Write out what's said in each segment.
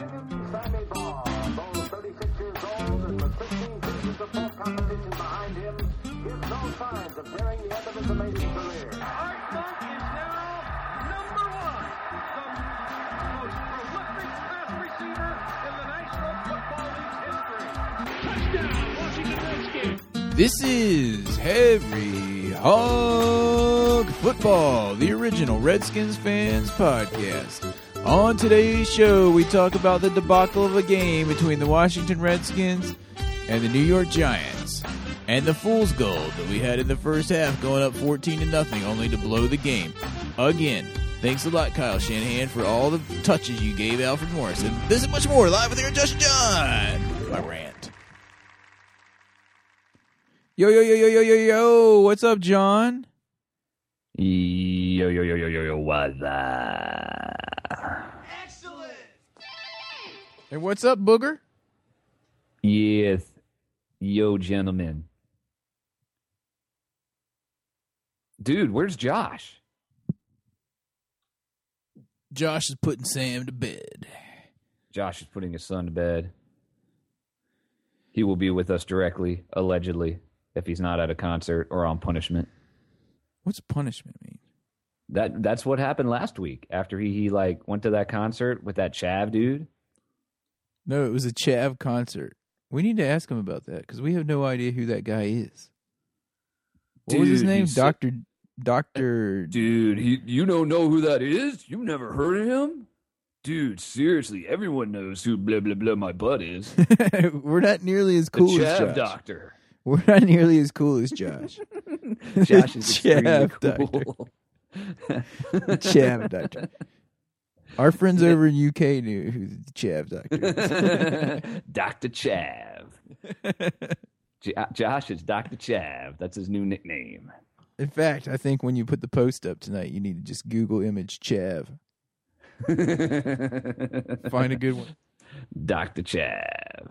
Sammy Baugh, though 36 years old and with 15 seasons of full competition behind him, gives no signs of nearing the end of his amazing career. Art Monk is now number one, the most prolific pass receiver in the National Football League's history. Touchdown, Washington Redskins. This is Heavy Hog Football, the original Redskins fans podcast. On today's show, we talk about the debacle of a game between the Washington Redskins and the New York Giants, and the fool's gold that we had in the first half, going up fourteen to nothing, only to blow the game again. Thanks a lot, Kyle Shanahan, for all the touches you gave Alfred Morris, and this and much more live with Aaron Josh and John. My rant. Yo, yo, yo, yo, yo, yo, yo. What's up, John? Yo yo yo yo yo yo what's up? And what's up, Booger? Yes, yo gentlemen. Dude, where's Josh? Josh is putting Sam to bed. Josh is putting his son to bed. He will be with us directly, allegedly, if he's not at a concert or on punishment. What's punishment mean? That that's what happened last week after he, he like went to that concert with that chav dude. No, it was a Chav concert. We need to ask him about that because we have no idea who that guy is. What was his Dude, name? he's so- Doctor Doctor. Dude, he, you don't know who that is? You've never heard of him? Dude, seriously, everyone knows who blah blah blah my butt is. We're not nearly as cool the as Chav Josh. Doctor. We're not nearly as cool as Josh. Josh is extremely Chav Doctor. cool. Chav Doctor. Our friends over in UK knew who the Chav Doctor. Dr. Chav. Was. J- Josh is Dr. Chav. That's his new nickname. in fact, I think when you put the post up tonight, you need to just Google image Chav. Find a good one. Dr. Chav,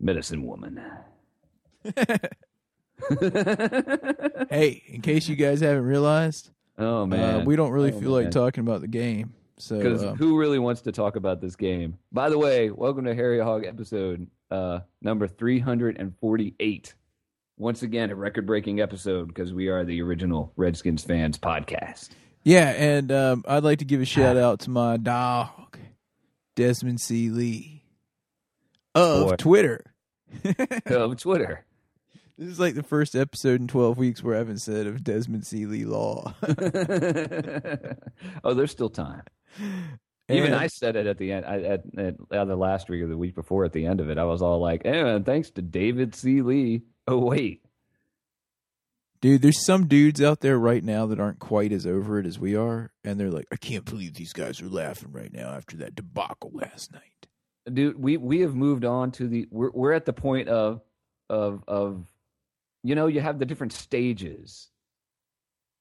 medicine woman. Hey, in case you guys haven't realized, oh uh, man, we don't really Oh, feel like man. talking about the game. So Because um, who really wants to talk about this game? By the way, welcome to Harry Hog episode uh, number 348. Once again, a record breaking episode because we are the original Redskins fans podcast. yeah, and um, I'd like to give a shout out to my dog, Desmond C. Lee of Boy. Twitter. of Oh, Twitter. This is like the first episode in twelve weeks where I haven't said of Desmond C. Lee Law. oh, there's still time. Even And- I said it at the end, I, at, at, at the last week or the week before at the end of it. I was all like, eh, thanks to David C. Lee. Oh, wait. Dude, there's some dudes out there right now that aren't quite as over it as we are, and they're like, I can't believe these guys are laughing right now after that debacle last night. dude we we have moved on to the we're we're at the point of of of you know you have the different stages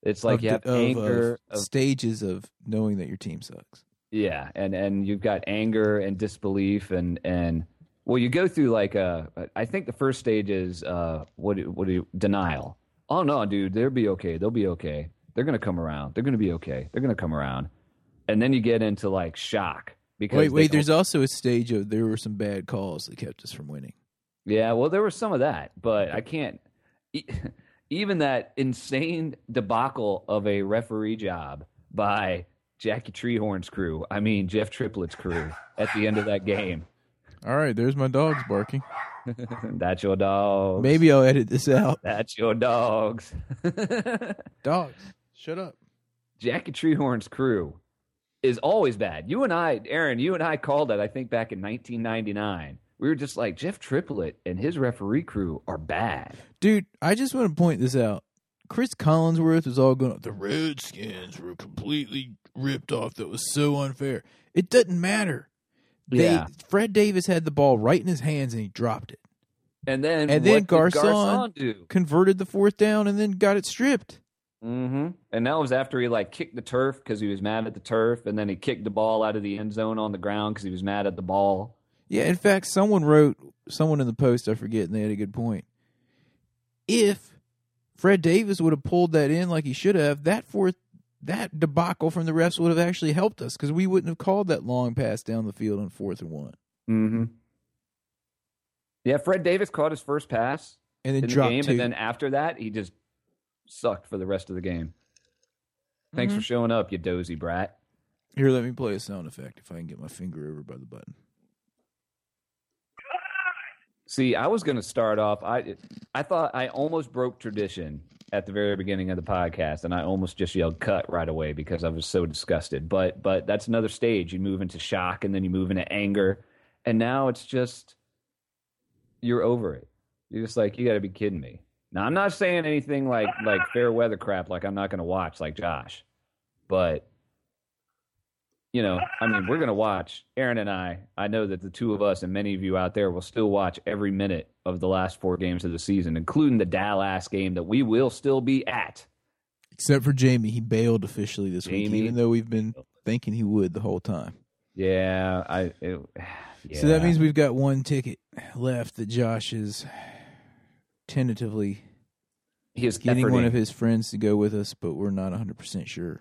it's like Of you have the- of, uh, of anger of, stages of knowing that your team sucks. yeah and and you've got anger and disbelief and and well you go through like a i think the first stage is uh what do- what do you denial oh no dude they'll be okay they'll be okay they're gonna come around they're gonna be okay they're gonna come around and then you get into like shock because Wait, they wait. don't- There's also a stage of there were some bad calls that kept us from winning. Yeah, well, there was some of that, but I can't. e- Even that insane debacle of a referee job by Jackie Treehorn's crew, I mean, Jeff Triplett's crew at the end of that game. All right, there's my dogs barking. That's your dog. Maybe I'll edit this out. That's your dogs. Dogs, shut up. Jackie Treehorn's crew is always bad. You and I, Aaron, you and I called that, I think, back in 1999. We were just like, Jeff Triplett and his referee crew are bad. Dude, I just want to point this out. Chris Collinsworth was all going, the Redskins were completely ripped off. That was so unfair. It doesn't matter. They, Yeah. Fred Davis had the ball right in his hands and he dropped it. And then, And then what did Garcon- Garcon do? Converted the fourth down and then got it stripped. Mm-hmm. And that was after he like kicked the turf because he was mad at the turf, and then he kicked the ball out of the end zone on the ground because he was mad at the ball. Yeah, in fact, someone wrote, someone in the post, I forget, and they had a good point. If Fred Davis would have pulled that in like he should have, that fourth, that debacle from the refs would have actually helped us because we wouldn't have called that long pass down the field on fourth and one. Mm-hmm. Yeah, Fred Davis caught his first pass and then in the dropped game, two. and then after that, he just sucked for the rest of the game. Thanks Mm-hmm. for showing up, you dozy brat. Here, let me play a sound effect if I can get my finger over by the button. See, I was going to start off. I I thought I almost broke tradition at the very beginning of the podcast, and I almost just yelled "cut" right away because I was so disgusted. But but that's another stage. You move into shock, and then you move into anger, and now it's just you're over it. You're just like you got to be kidding me. Now I'm not saying anything like like fair weather crap. Like I'm not going to watch like Josh, but you know, I mean, we're going to watch Aaron and I. I know that the two of us and many of you out there will still watch every minute of the last four games of the season, including the Dallas game that we will still be at. Except for Jamie, he bailed officially this week, Jamie- even though we've been thinking he would the whole time. Yeah, I. It, yeah. So that means we've got one ticket left that Josh is tentatively he is getting one efforting. of his friends to go with us, but we're not 100% sure.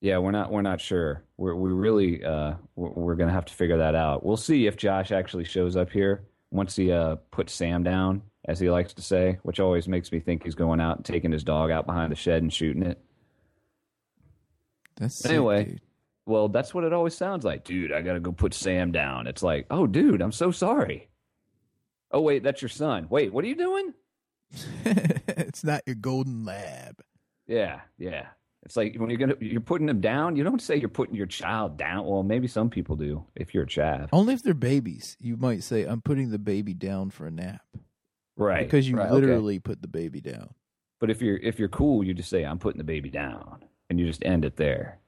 Yeah, we're not we're not sure. We're we really uh we're, we're gonna have to figure that out. We'll see if Josh actually shows up here once he uh puts Sam down, as he likes to say, which always makes me think he's going out and taking his dog out behind the shed and shooting it. That's sick, Anyway. dude. Well, that's what it always sounds like, dude. I gotta go put Sam down. It's like, oh, dude, I'm so sorry. Oh wait, that's your son. Wait, what are you doing? it's not your golden lab. Yeah, yeah. It's like when you're gonna you're putting him down. You don't say you're putting your child down. Well, maybe some people do if you're a chav. Only if they're babies. You might say, I'm putting the baby down for a nap. Right, Because you right, okay. literally put the baby down. But if you're if you're cool, you just say I'm putting the baby down, and you just end it there.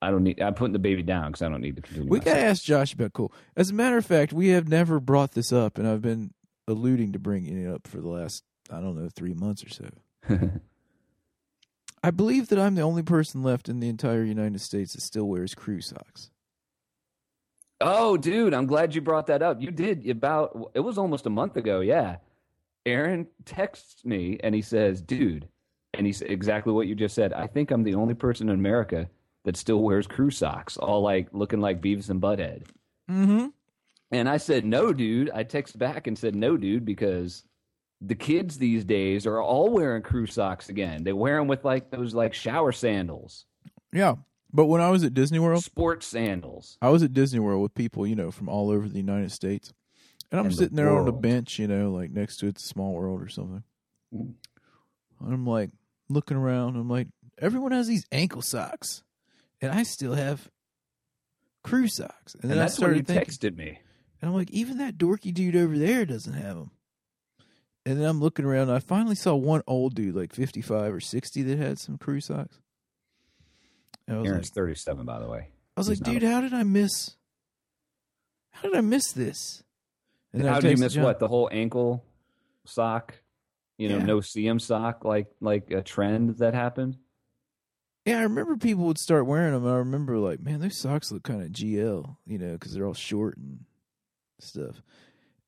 I don't need. I'm putting the baby down because I don't need to continue. We my got to sentence. ask Josh about cool. As a matter of fact, we have never brought this up, and I've been alluding to bringing it up for the last, I don't know, three months or so. I believe that I'm the only person left in the entire United States that still wears crew socks. Oh, dude, I'm glad you brought that up. You did about it was almost a month ago. Yeah, Aaron texts me and he says, "Dude," and he's exactly what you just said. I think I'm the only person in America that still wears crew socks, all like looking like Beavis and Butthead. Mm-hmm. And I said, no, dude. I texted back and said, no, dude, because the kids these days are all wearing crew socks again. They wear them with like those like shower sandals, Yeah. But when I was at Disney World, sports sandals. I was at Disney World with people, you know, from all over the United States. And I'm And the sitting there on a world. bench, you know, like next to it's a small world or something. Mm. And I'm like looking around. I'm like, everyone has these ankle socks. And I still have crew socks. And And, then I that's when you started thinking, texted me. and I'm like, even that dorky dude over there doesn't have them. And then I'm looking around. And I finally saw one old dude, like 55 or 60, that had some crew socks. And I was like, Aaron's 37, by the way. I was He's like, not dude, how did I miss? How did I miss this? And then I How do you texted miss John. what? The whole ankle sock, you know, Yeah. no CM sock, like like a trend that happened? Yeah, I remember people would start wearing them. And I remember like, man, those socks look kind of GL, you know, because they're all short and stuff.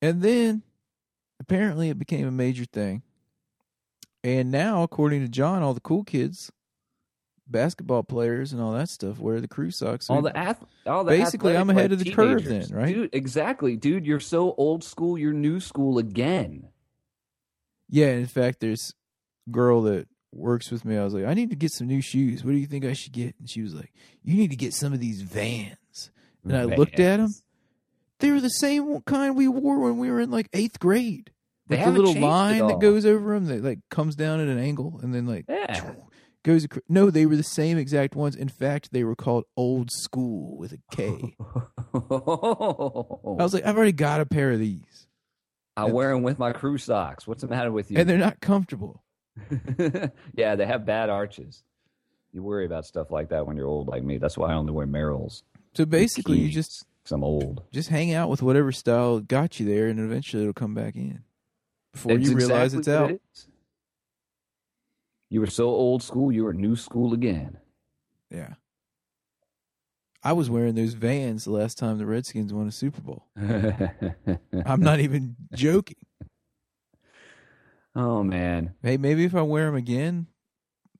And then apparently it became a major thing. And now, according to John, all the cool kids, basketball players, and all that stuff wear the crew socks. all the ath- all the Basically, athletic, I'm ahead like, of the curve teenagers. then, right? Dude, exactly. Dude, you're so old school, you're new school again. Yeah, in fact, there's a girl that works with me. I was like, I need to get some new shoes. What do you think I should get? And she was like, You need to get some of these Vans. And I looked at him. Vans. They were the same kind we wore when we were in like eighth grade. They With haven't the little changed at line that all. goes over them that like comes down at an angle and then like Yeah. goes. Across. No, they were the same exact ones. In fact, they were called old school with a K. I was like, I've already got a pair of these, I wear them with my crew socks. What's the matter with you? and they're not comfortable. yeah, they have bad arches. You worry about stuff like that when you're old like me. That's why I only wear Merrells. So basically, you just because I'm old. just hang out with whatever style got you there, and eventually it'll come back in before That's you realize exactly it's what out. it is. You were so old school. You were new school again. yeah, I was wearing those Vans the last time the Redskins won a Super Bowl. I'm not even joking. oh man, Oh, Hey, maybe if I wear them again,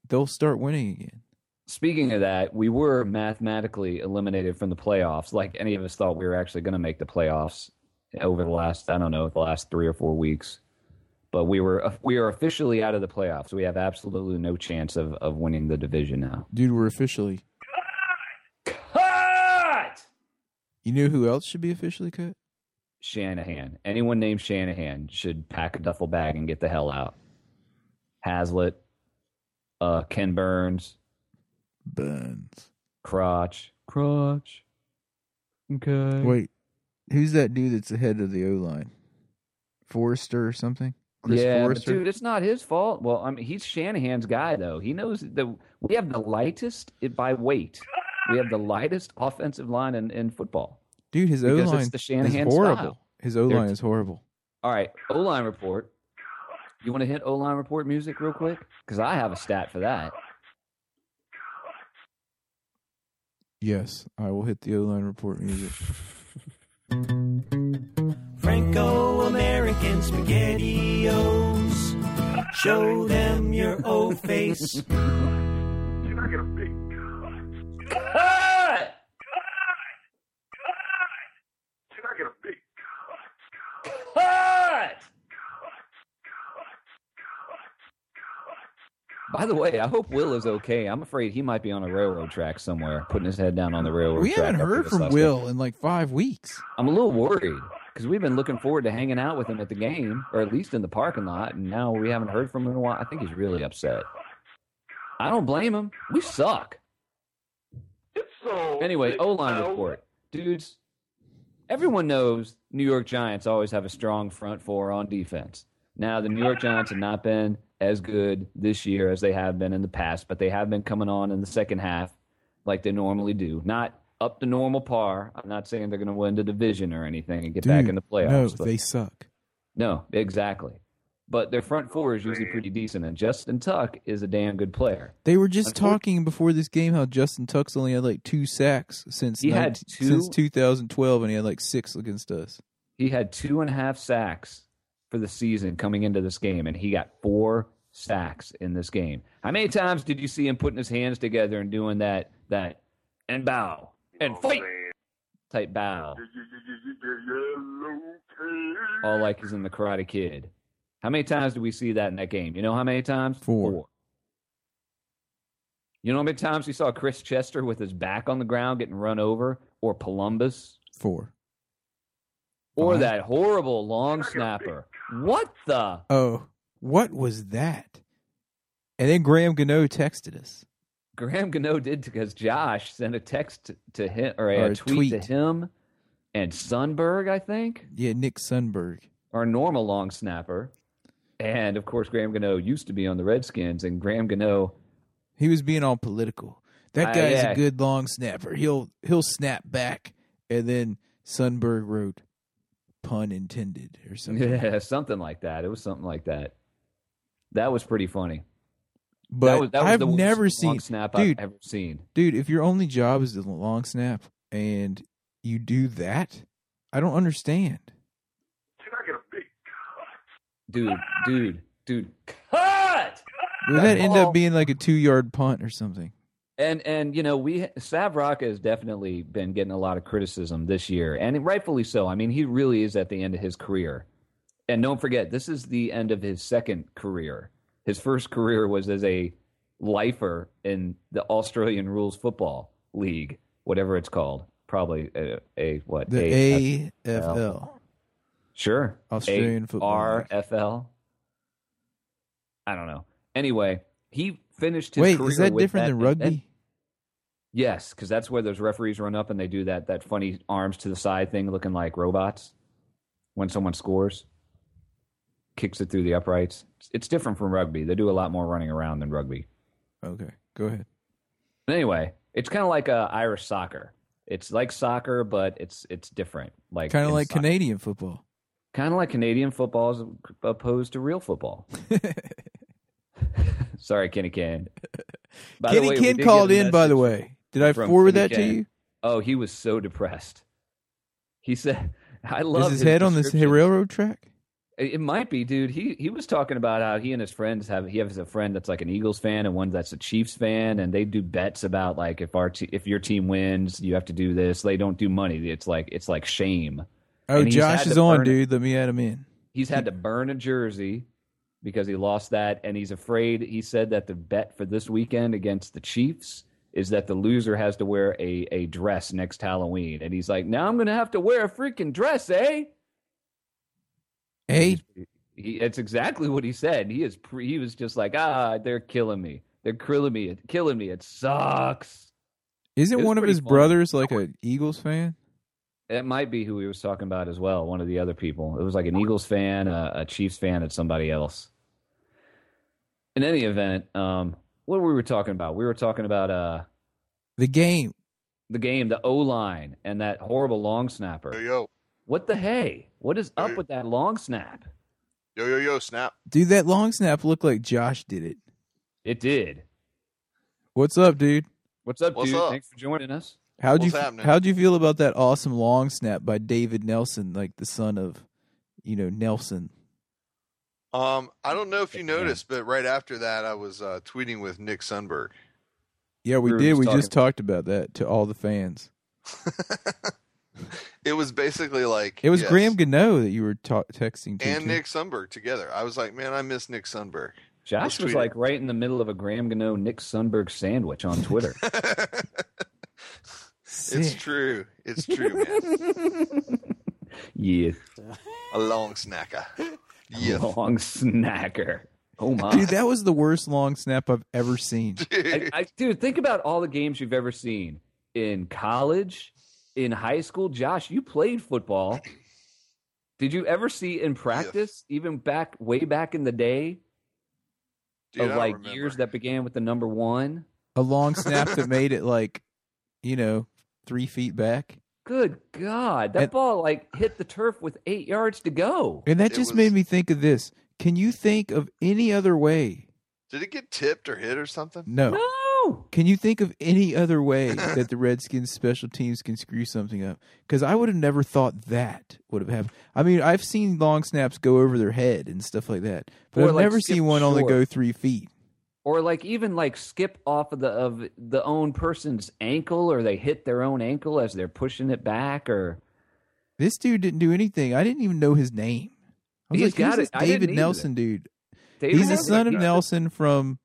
they'll start winning again. speaking of that, we were mathematically eliminated from the playoffs. Like any of us thought we were actually going to make the playoffs over the last, I don't know, the last three or four weeks. But we were uh, we are officially out of the playoffs. We have absolutely no chance of, of winning the division now. Dude, we're officially. Cut! You know who else should be officially cut? Shanahan. Anyone named Shanahan should pack a duffel bag and get the hell out. Hazlitt, uh, Ken Burns, Burns. Crotch. Crotch. Okay. Wait, who's that dude that's the head of the O line? Forrester or something? Chris yeah, but Forrester? dude, it's not his fault. Well, I mean, he's Shanahan's guy, though. He knows that we have the lightest it- by weight. We have the lightest offensive line in, in football. Dude, his O Because line it's the Shanahan is horrible. style. His O line They're- is horrible. All right, O line report. You want to hit O line report music real quick? Because I have a stat for that. Yes, I will hit the O line report music. Franco American SpaghettiOs. Show them your O face. Cut! Cut! By the way, I hope Will is okay. I'm afraid he might be on a railroad track somewhere, putting his head down on the railroad we track. haven't after heard this from last Will week. in like five weeks. I'm a little worried because we've been looking forward to hanging out with him at the game, or at least in the parking lot, and now we haven't heard from him in a while. I think he's really upset. I don't blame him. We suck. So Anyway, O line report. Dudes, everyone knows New York Giants always have a strong front four on defense. Now, the New York Giants have not been as good this year as they have been in the past, but they have been coming on in the second half like they normally do. Not up to normal par. I'm not saying they're going to win the division or anything and get back Dude, in the playoffs. No, but- they suck. no, exactly. But their front four is usually pretty decent, and Justin Tuck is a damn good player. They were just Unfor- talking before this game how Justin Tuck's only had like two sacks since He had 19 two- since 2012, and he had like six against us. He had two and a half sacks for the season coming into this game, and he got four sacks in this game. How many times did you see him putting his hands together and doing that that and bow and fight type bow, all like he's in the Karate Kid? How many times did we see that in that game? You know how many times? Four. You know how many times we saw Chris Chester with his back on the ground getting run over, or Columbus? Four. Or Fine. that horrible long snapper. What the? Oh, what was that? And then Graham Gano texted us. Graham Gano did because Josh sent a text to him or a, Or a tweet, tweet. to him and Sunberg, I think, Yeah, Nick Sunberg. our normal long snapper. And of course, Graham Gano used to be on the Redskins, and Graham Gano, He was being all political. Ah, That guy's yeah. a good long snapper. He'll he'll snap back, and then Sunberg wrote, pun intended, or something. yeah, something like that. It was something like that. That was pretty funny. But that was, that was I've the worst never long seen, snap dude. I've ever seen. dude. If your only job is the long snap, and you do that, I don't understand. Dude, dude, dude, cut! Would That that end ball- up being like a two-yard punt or something? And and you know we Savrock has definitely been getting a lot of criticism this year, and rightfully so. I mean, he really is at the end of his career. And don't forget, this is the end of his second career. His first career was as a lifer in the Australian Rules Football League, whatever it's called. Probably a, a what? The A- AFL. Sure. Australian Football League. RFL. I don't know. Anyway, he finished his Wait, career is that with different than that- that- rugby? Yes, because that's where those referees run up and they do that that funny arms to the side thing, looking like robots. When someone scores, kicks it through the uprights. It's, it's different from rugby. They do a lot more running around than rugby. Okay, go ahead. But anyway, it's kind of like uh, Irish soccer. It's like soccer, but it's it's different. Like Kind of like Canadian football. kind of like Canadian football is opposed to real football. Sorry, Kenny Can. By the Kenny way, we did Ken get a called in, by the message. way. Did I from forward Kenny that Ken. to you? Oh, he was so depressed. He said, "I love Is his head on this description. railroad track? It it might be, dude. He he was talking about how he and his friends have he has a friend that's like an Eagles fan and one that's a Chiefs fan, and they do bets about like if our te- if your team wins, you have to do this. They don't do money. It's like it's like shame. Oh, And he's Josh had is to on, burn it. dude. Let me add him in. He's had to burn a jersey because he lost that, and he's afraid. He said that the bet for this weekend against the Chiefs is that the loser has to wear a a dress next Halloween, and he's like, now I'm gonna have to wear a freaking dress, eh? Hey, He, it's exactly what he said. He is. Pre, he was just like, ah, they're killing me. They're killing me. It killing me. It sucks. isn't It was one of pretty his funny. brothers like an Eagles fan? It might be who he was talking about as well. One of the other people. It was like an Eagles fan, a, a Chiefs fan, and somebody else. In any event, um, what were we talking about? We were talking about uh The game. the game, the O line, and that horrible long Yo, snapper. yo. What the hey? What is up Oh, Hey. with that long snap? Yo, yo, yo, snap. Dude, that long snap looked like Josh did it. It did. What's up, dude? What's up, What's dude? up? Thanks for joining us. How'd What's you happening? how'd you feel about that awesome long snap by David Nelson, like the son of, you know, Nelson? Um, I don't know if you noticed, but right after that, I was uh, tweeting with Nick Sunberg. Yeah, we We did. We were just talking just talked about that to all the fans. It was basically like It was yes, Graham Gano that you were ta- texting to. and too. Nick Sunberg together. I was like, man, I miss Nick Sunberg. Josh Let's was tweet it. like right in the middle of a Graham Gano Nick Sunberg sandwich on Twitter. it's Sick. true. It's true, man. yeah, A long snacker. Yeah, long snacker. Oh my, Dude, that was the worst long snap I've ever seen. I, I, dude, think about all the games you've ever seen in college, in high school. Josh, you played football. Did you ever see in practice, even back way back in the day Dude, I of don't like remember. years that began with the number one? A long snap that made it like, you know, three feet back. Good God, that And- ball like hit the turf with eight yards to go. And that It just was- made me think of this. Can you think of any other way? Did it get tipped or hit or something? No. No, Can you think of any other way that the Redskins special teams can screw something up? Because I would have never thought that would have happened. I mean, I've seen long snaps go over their head and stuff like that, but Or, I've like, never skip seen one only short. go three feet. or like even like skip off of the of the own person's ankle or they hit their own ankle as they're pushing it back or This dude didn't do anything. I didn't even know his name. I was He's like, got who's this it. I didn't David either. Nelson dude. David He's the Nelson. son of Nelson from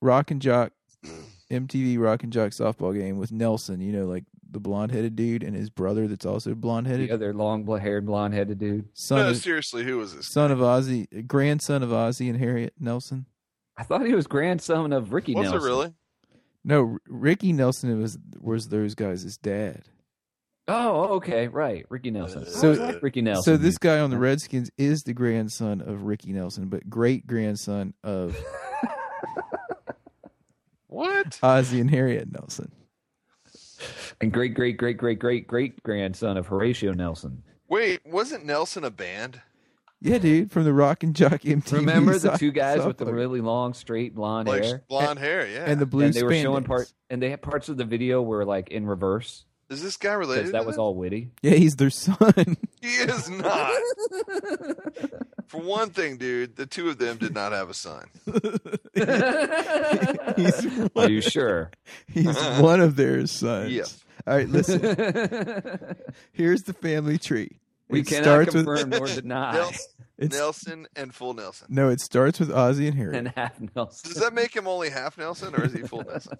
Rock and Jock Mm. MTV Rock and Jock softball game with Nelson. You know, like the blonde headed dude and his brother that's also blonde headed. the other long bl- haired blonde headed dude. Son No, of, seriously, who was this? son of Ozzy, grandson of Ozzy and Harriet Nelson. I thought he was grandson of Ricky Was it Nelson. really? No, R- Ricky Nelson was was those guys' dad. Oh, okay, right, Ricky Uh, Nelson. So- I was like Ricky Nelson. So this guy on the Redskins is the grandson of Ricky Nelson, but great grandson of What? Ozzy and Harriet Nelson. and great great great great great great grandson of Horatio Nelson. Wait, wasn't Nelson a band? Yeah, dude, from the Rock and Jock MTV. Remember the soft- two guys with the softball. really long straight blonde Like hair? blonde hair, yeah. and the blue And they were showing spandex. part and they had parts of the video were like in reverse Is this guy because related? that to was them? all witty. Yeah, he's their son. He is not. For one thing, dude, the two of them did not have a son. He's Are you sure? he's one of their sons. Yes. All right, listen. Here's the family tree. We It cannot starts with- confirm nor deny Nelson, It's- Nelson and full Nelson. No, it starts with Ozzy and Harriet. and half Does Nelson. that make him only half Nelson, or is he full Nelson?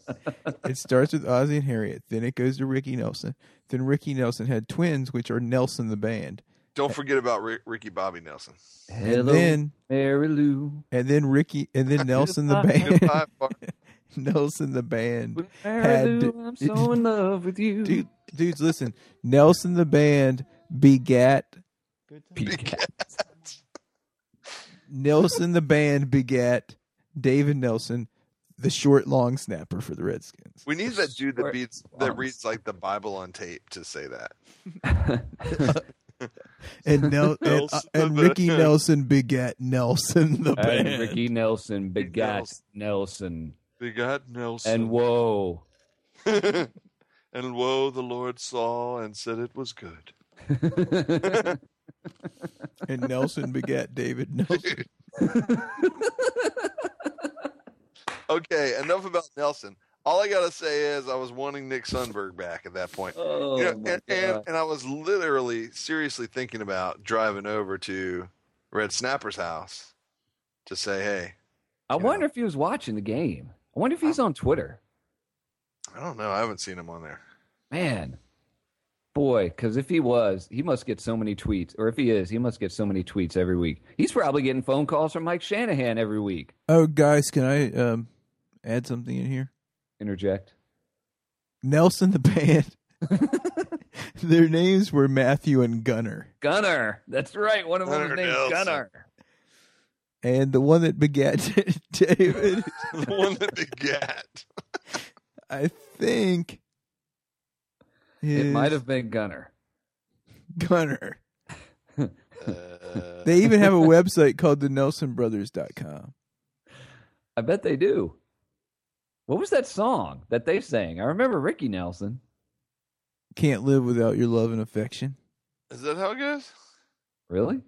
It starts with Ozzy and Harriet. Then it goes to Ricky Nelson. Then Ricky Nelson had twins, which are Nelson the band. Don't forget about Rick, Ricky Bobby Nelson. And Hello, then Mary Lou. and then Ricky and then Nelson the band. Goodbye, Bart. Nelson the band. Mary Had- Lou, I'm so in love with you. Dude, dudes, listen. Nelson the band begat Peacock. Nelson the band begat David Nelson, the short long snapper for the Redskins. We need that dude that Short beats songs. that reads like the Bible on tape to say that. And Nel- and, Nelson and the Ricky band. Nelson begat Nelson the band. And Ricky Nelson begat Nelson. They got Nelson. And whoa. and woe the Lord saw and said it was good. and Nelson begat David Nelson. Okay, enough about Nelson. All I gotta say is I was wanting Nick Sundberg back at that point. Oh, You know, my and, and, God. and I was literally seriously thinking about driving over to Red Snapper's house to say, "Hey, I wonder if he was watching the game. I wonder if he's on Twitter. I don't know, I haven't seen him on there." Man, boy, because if he was, he must get so many tweets. Or if he is, he must get so many tweets every week. He's probably getting phone calls from Mike Shanahan every week. oh, guys, can I um, add something in here? Interject. Nelson the band. Their names were Matthew and Gunner, Gunner. That's right. One of them Gunnar named Nelson. Gunner. and the one that begat David. the one that they got. I think It is might have been Gunner. Gunner. Uh, They even have a website called the NelsonBrothers.com. I bet they do. What was that song that they sang? I remember Ricky Nelson. Can't live without your love and affection. is that how it goes? Really?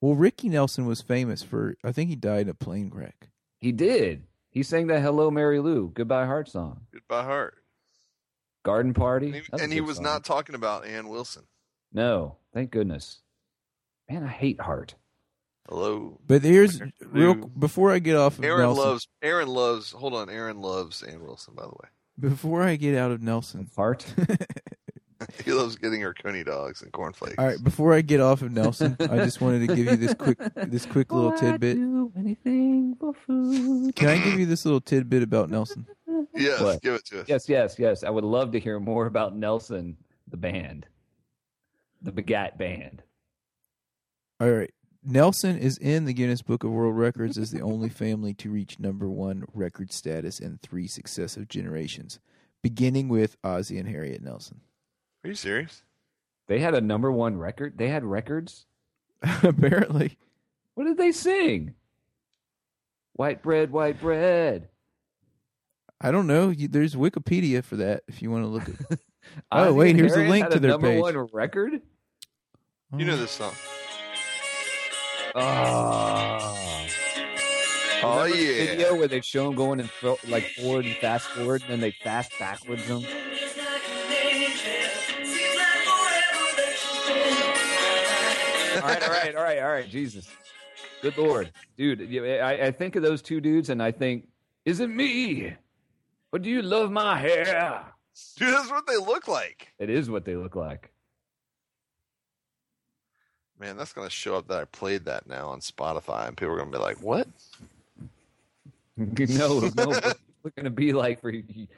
Well, Ricky Nelson was famous for I think he died in a plane wreck. He did. He sang that Hello Mary Lou, Goodbye Heart song. Goodbye Heart. Garden Party. And he, That's a and he good was song. not talking about Ann Wilson. No, thank goodness. Man, I hate Heart. Hello. But here's real Lou. before I get off of Aaron Nelson, loves. Aaron loves. Hold on. Aaron loves Ann Wilson. By the way, before I get out of Nelson. Heart. he loves getting her coney dogs and cornflakes. All right, before I get off of Nelson, I just wanted to give you this quick this quick little tidbit. do anything for food. Can I give you this little tidbit about Nelson? Yes, What? give it to us. Yes, yes, yes. I would love to hear more about Nelson, the band, the Begat band. All right. Nelson is in the Guinness Book of World Records as the only family to reach number one record status in three successive generations, beginning with Ozzy and Harriet Nelson. Are you serious? They had a number one record. They had records. Apparently. What did they sing? White bread, white bread. I don't know. You- There's Wikipedia for that if you want to look at Oh, Ozzy wait, and here's a Harriet link had to a their number page. one record. You know this song. Oh, Oh Remember the yeah. video where they show him going and fro- like forward and fast forward, and then they fast backwards him. all right, all right, all right, all right. Jesus, good lord, dude. you- I, I think of those two dudes, and I think, is it me? Or do you love my hair? Dude, that's what they look like. It is what they look like. Man, that's gonna show up that I played that now on Spotify, and people are gonna be like, "What?" no, no. We're gonna be like for you-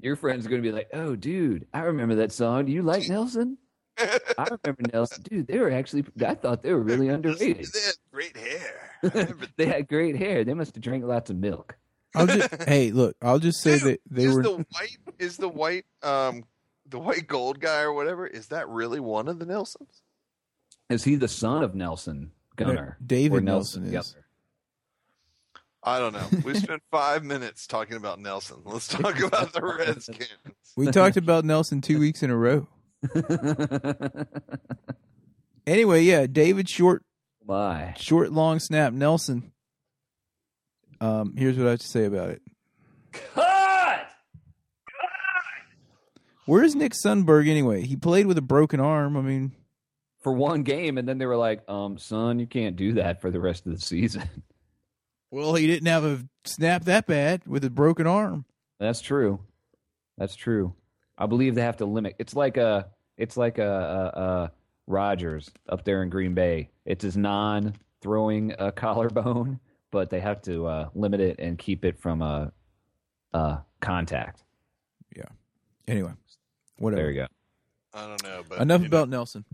your friends are gonna be like, oh, dude, I remember that song. Do you like Nelson? I remember Nelson, dude. They were actually, I thought they were really underrated. They had great hair. I remember they had great hair. They must have drank lots of milk. I'll just, hey, look, I'll just say Dude, that they is were. the white is the white um the white gold guy or whatever is that really one of the Nelsons? Is he the son of Nelson Gunner? David Nelson is. I don't know. We spent five minutes talking about Nelson. Let's talk about the Redskins. We talked about Nelson two weeks in a row. Gunner? Anyway, yeah, David Short My. short long snap Nelson. Um, here's what I have to say about it. Cut! Where is Nick Sundberg anyway? He played with a broken arm. I mean, For one game, and then they were like, um, son, you can't do that for the rest of the season. well, he didn't have a snap that bad with a broken arm. That's true. That's true. I believe they have to limit. It's like a, it's like a, a, a Rogers up there in Green Bay. It's his non-throwing uh, collarbone, but they have to uh, limit it and keep it from uh, uh, contact. Anyway, whatever. There you go. I don't know, but Enough you know, about Nelson.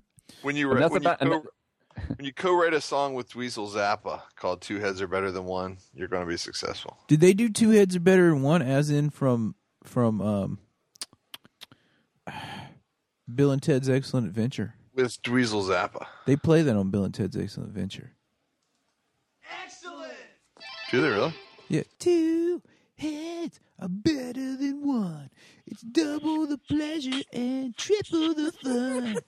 when you write enough when, about- you enough- co- when you co-write a song with Dweezil Zappa called Two Heads Are Better Than One, you're going to be successful. Did they do two heads are better than one, as in from from um, Bill and Ted's Excellent Adventure? With Dweezil Zappa, They play that on Bill and Ted's Excellent Adventure. do they really? Yeah. Two heads are better than one. It's double the pleasure and triple the fun.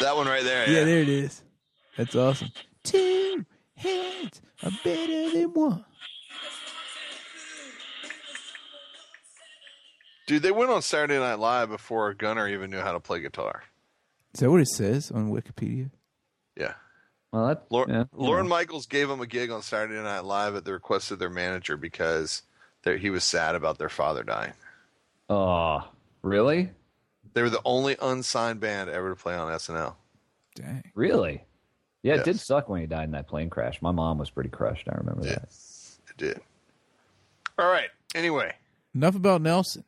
Yeah, there it is. That's awesome. Two heads are better than one. Dude, they went on Saturday Night Live before Gunner even knew how to play guitar. Is that what it says on Wikipedia? Yeah. Well, that, Lor- yeah. Lauren Michaels gave them a gig on Saturday Night Live at the request of their manager because they- he was sad about their father dying. Oh, really? They were the only unsigned band ever to play on SNL. Dang. Really? Yeah, it did Yes. suck when he died in that plane crash. My mom was pretty crushed. I remember Yeah. that. It did. All right. Anyway, Enough about Nelson.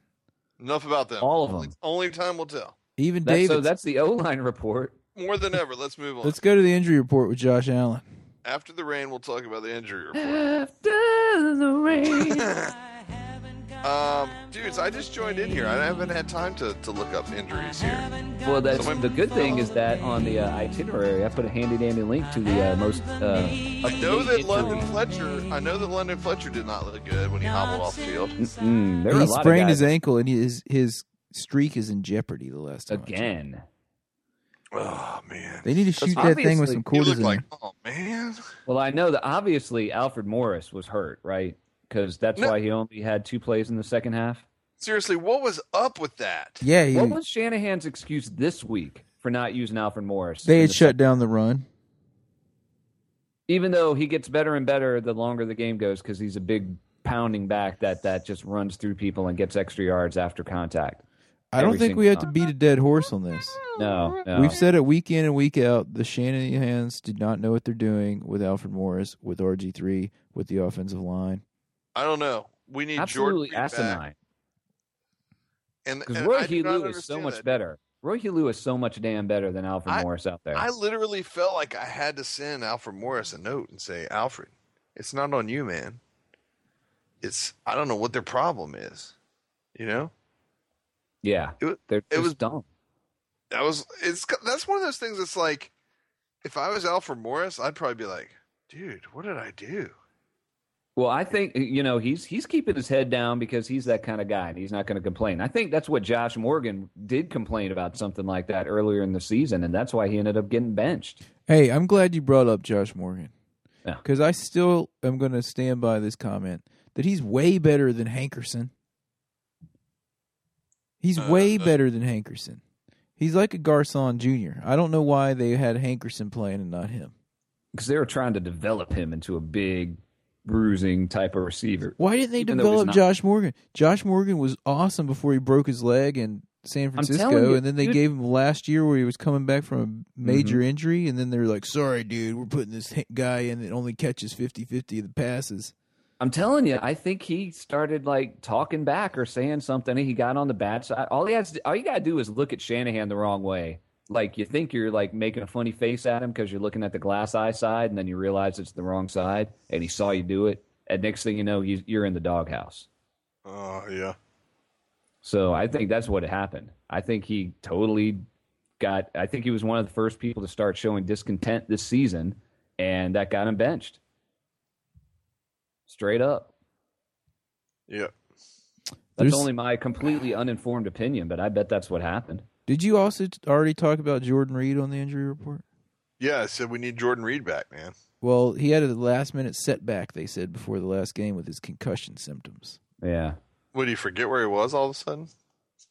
enough about them. All of Only- them. Only time will tell. Even That- David. so that's the O line report. More than ever, let's move on. Let's go to the injury report with Josh Allen. After the rain, we'll talk about the injury report. After the rain. Um, dudes, I just joined in here. I haven't had time to, to look up injuries here. Well, that's Someone- the good thing is that on the uh, itinerary, I put a handy dandy link to the uh, most. Uh, I know that London Fletcher. I know that London Fletcher did not look good when he hobbled off the field. Mm, there were a He lot sprained of guys his ankle, and his his streak is in jeopardy. The last time I checked. again. Oh man, they need to shoot that thing with some he looked cortisone. like oh man. Well, I know that obviously Alfred Morris was hurt, right? Because that's No. why he only had two plays in the second half. Seriously, what was up with that? yeah, he, What was Shanahan's excuse this week for not using Alfred Morris? they in had the shut down the run. even though he gets better and better the longer the game goes because he's a big pounding back that that just runs through people and gets extra yards after contact. I don't Every think single we have to time. beat a dead horse on this. No, no. We've said it week in and week out. The Shanahan's did not know what they're doing with Alfred Morris, with RG three, with the offensive line. I don't know. We need absolutely Jordan Reed back. asinine And, because and Roy Uh, I do not Helu is so understand much that. better. Roy Helu is so much damn better than Alfred I- Morris out there. I literally felt like I had to send Alfred Morris a note and say, Alfred, it's not on you, man. It's I don't know what their problem is. You know. yeah, It wa- they're just was- dumb. that was it's that's one of those things that's like if i was alfred morris i'd probably be like dude what did i do Well, I think you know he's he's keeping his head down because he's that kind of guy and he's not going to complain. I think that's what Josh Morgan did complain about something like that earlier in the season, and that's why he ended up getting benched. Hey, I'm glad you brought up Josh Morgan Yeah. because I still am going to stand by this comment that he's way better than Hankerson. He's way better than Hankerson. He's like a Garcon Jr. I don't know why they had Hankerson playing and not him. because they were trying to develop him into a big bruising type of receiver. Why didn't they Even though he's develop not- Josh Morgan? Josh Morgan was awesome before he broke his leg in San telling Francisco, you, and then they dude. Mm-hmm. gave him last year where he was coming back from a major injury, and then they were like, "Sorry, dude, we're putting this h- guy in that only catches 50-50 of the passes." I'm telling you, I think he started like talking back or saying something. and He got on the bad side. All he has, to, all you gotta do is look at Shanahan the wrong way. Like you think you're like making a funny face at him because you're looking at the glass eye side, and then you realize it's the wrong side, and he saw you do it. And next thing you know, he's, you're in the doghouse. oh yeah So I think that's what happened. I think he totally got. I think he was one of the first people to start showing discontent this season, and that got him benched. Straight up. yeah That's There's- only my completely uninformed opinion, but I bet that's what happened. Did you also t- already talk about Jordan Reed on the injury report? yeah i said we need jordan reed back man Well, he had a last minute setback. They said before the last game with his concussion symptoms. Yeah. would he forget where he was all of a sudden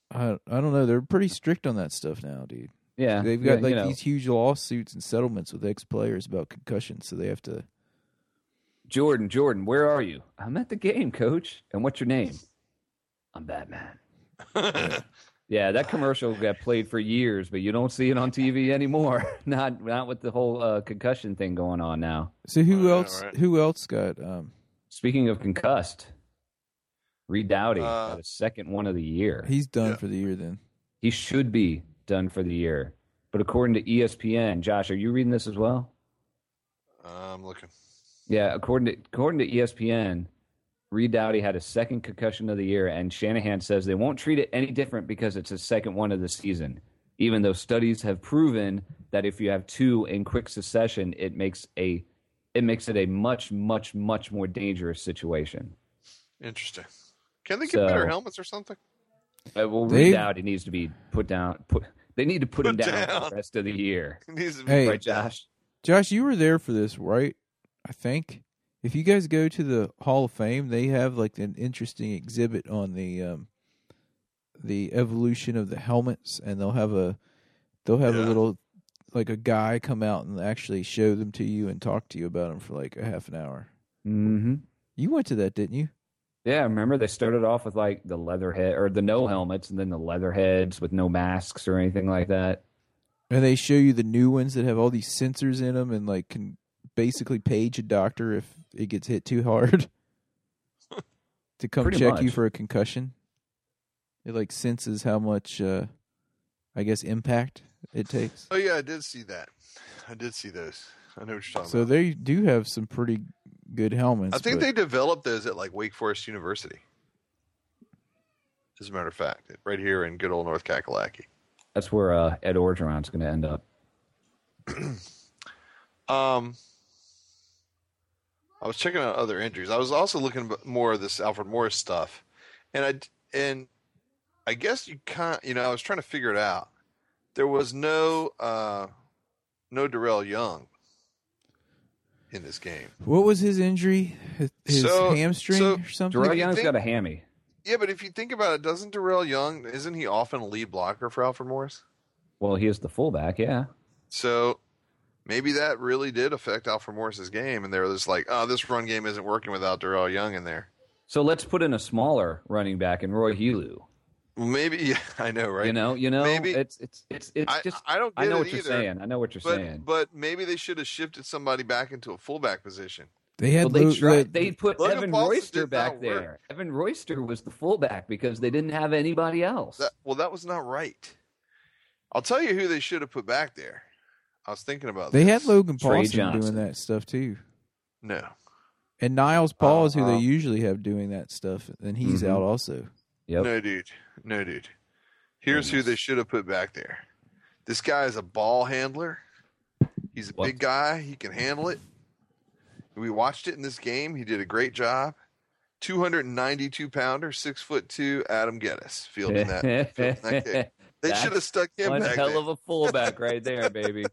I I don't know. They're pretty strict on that stuff now, dude. Yeah. They've got Yeah, like you know, these huge lawsuits and settlements with ex players about concussions, so they have to. Jordan, Jordan, where are you? I'm at the game, coach. And what's your name? I'm Batman. yeah, that commercial got played for years, but you don't see it on TV anymore. not not with the whole uh, concussion thing going on now. So who Alright, else? alright. Who else got? Um, Speaking of concussed, Reed Dowdy Uh, got a second one of the year. he's done Yeah. for the year. Then He should be done for the year. But according to E ESPN, Josh, are you reading this as well? i'm looking Yeah, according to according to E ESPN, Reed Dowdy had his second concussion of the year, and Shanahan says they won't treat it any different because it's his second one of the season. Even though studies have proven that if you have two in quick succession, it makes a it makes it a much, much, much more dangerous situation. interesting can they get So- better helmets or something Uh, well, They've- Reed Dowdy needs to be put down. Put They need to put, him Put down, for down. the rest of the year. He's- Hey. Right, Josh? Josh, you were there for this, right? I think. If you guys go to the Hall of Fame, they have like an interesting exhibit on the um the evolution of the helmets and they'll have a they'll have a Yeah. little like a guy come out and actually show them to you and talk to you about them for like a half an hour. Mm-hmm. You went to that, didn't you? Yeah, remember they started off with like the leather head or the no helmets and then the leather heads with no masks or anything like that. And they show you the new ones that have all these sensors in them and like can basically page a doctor if it gets hit too hard to come Pretty check you much. for a concussion. It like senses how much, uh, I guess, impact it takes. Oh yeah, I did see that. I did see those. I know what you're talking So about. they do have some pretty good helmets. I think but- they developed those at like Wake Forest University. As a matter of fact, right here in good old North Kakalaki. That's where uh, Ed Orgeron's going to end up. Um, I was checking out other injuries. I was also looking b- more of this Alfred Morris stuff, and I d- and I guess you kind you know I was trying to figure it out. There was no uh, no Darrell Young in this game. What was his injury? His- His So- hamstring so or something? Darrell you Young's think- got a hammy. Yeah, but if you think about it, doesn't Darrell Young isn't he often a lead blocker for Alfred Morris? Well, he is the fullback, yeah. So maybe that really did affect Alfred Morris's game, and they were just like, "Oh, this run game isn't working without Darrell Young in there." So let's put in a smaller running back in Roy Helu. Maybe yeah, I know, right? You know, you know, Maybe- it's it's it's it's I, just I don't I get know it what either. you're saying. I know what you're But saying. but maybe they should have shifted somebody back into a fullback position. They had Well, they Lou- tried. the- They put Logan Evan Paulson Royster did back not there. work. Evan Royster was the fullback because they didn't have anybody else. That, well, that was not right. I'll tell you who they should have put back there. I was thinking about they this. had Logan Trey Paulson doing Johnson. that stuff too. no. And Niles Paul is who they Um, usually have doing that stuff, and he's Mhm. out also. yep. No, dude. No, dude. Here's who they should have put back there. This guy is a ball handler. He's a What? big guy. He can handle it. We watched it in this game. He did a great job. 292 pounder, six foot two, Adam Geddes fielding that, fielding that kick. They That's should have stuck him One back hell there. of a fullback right there, baby.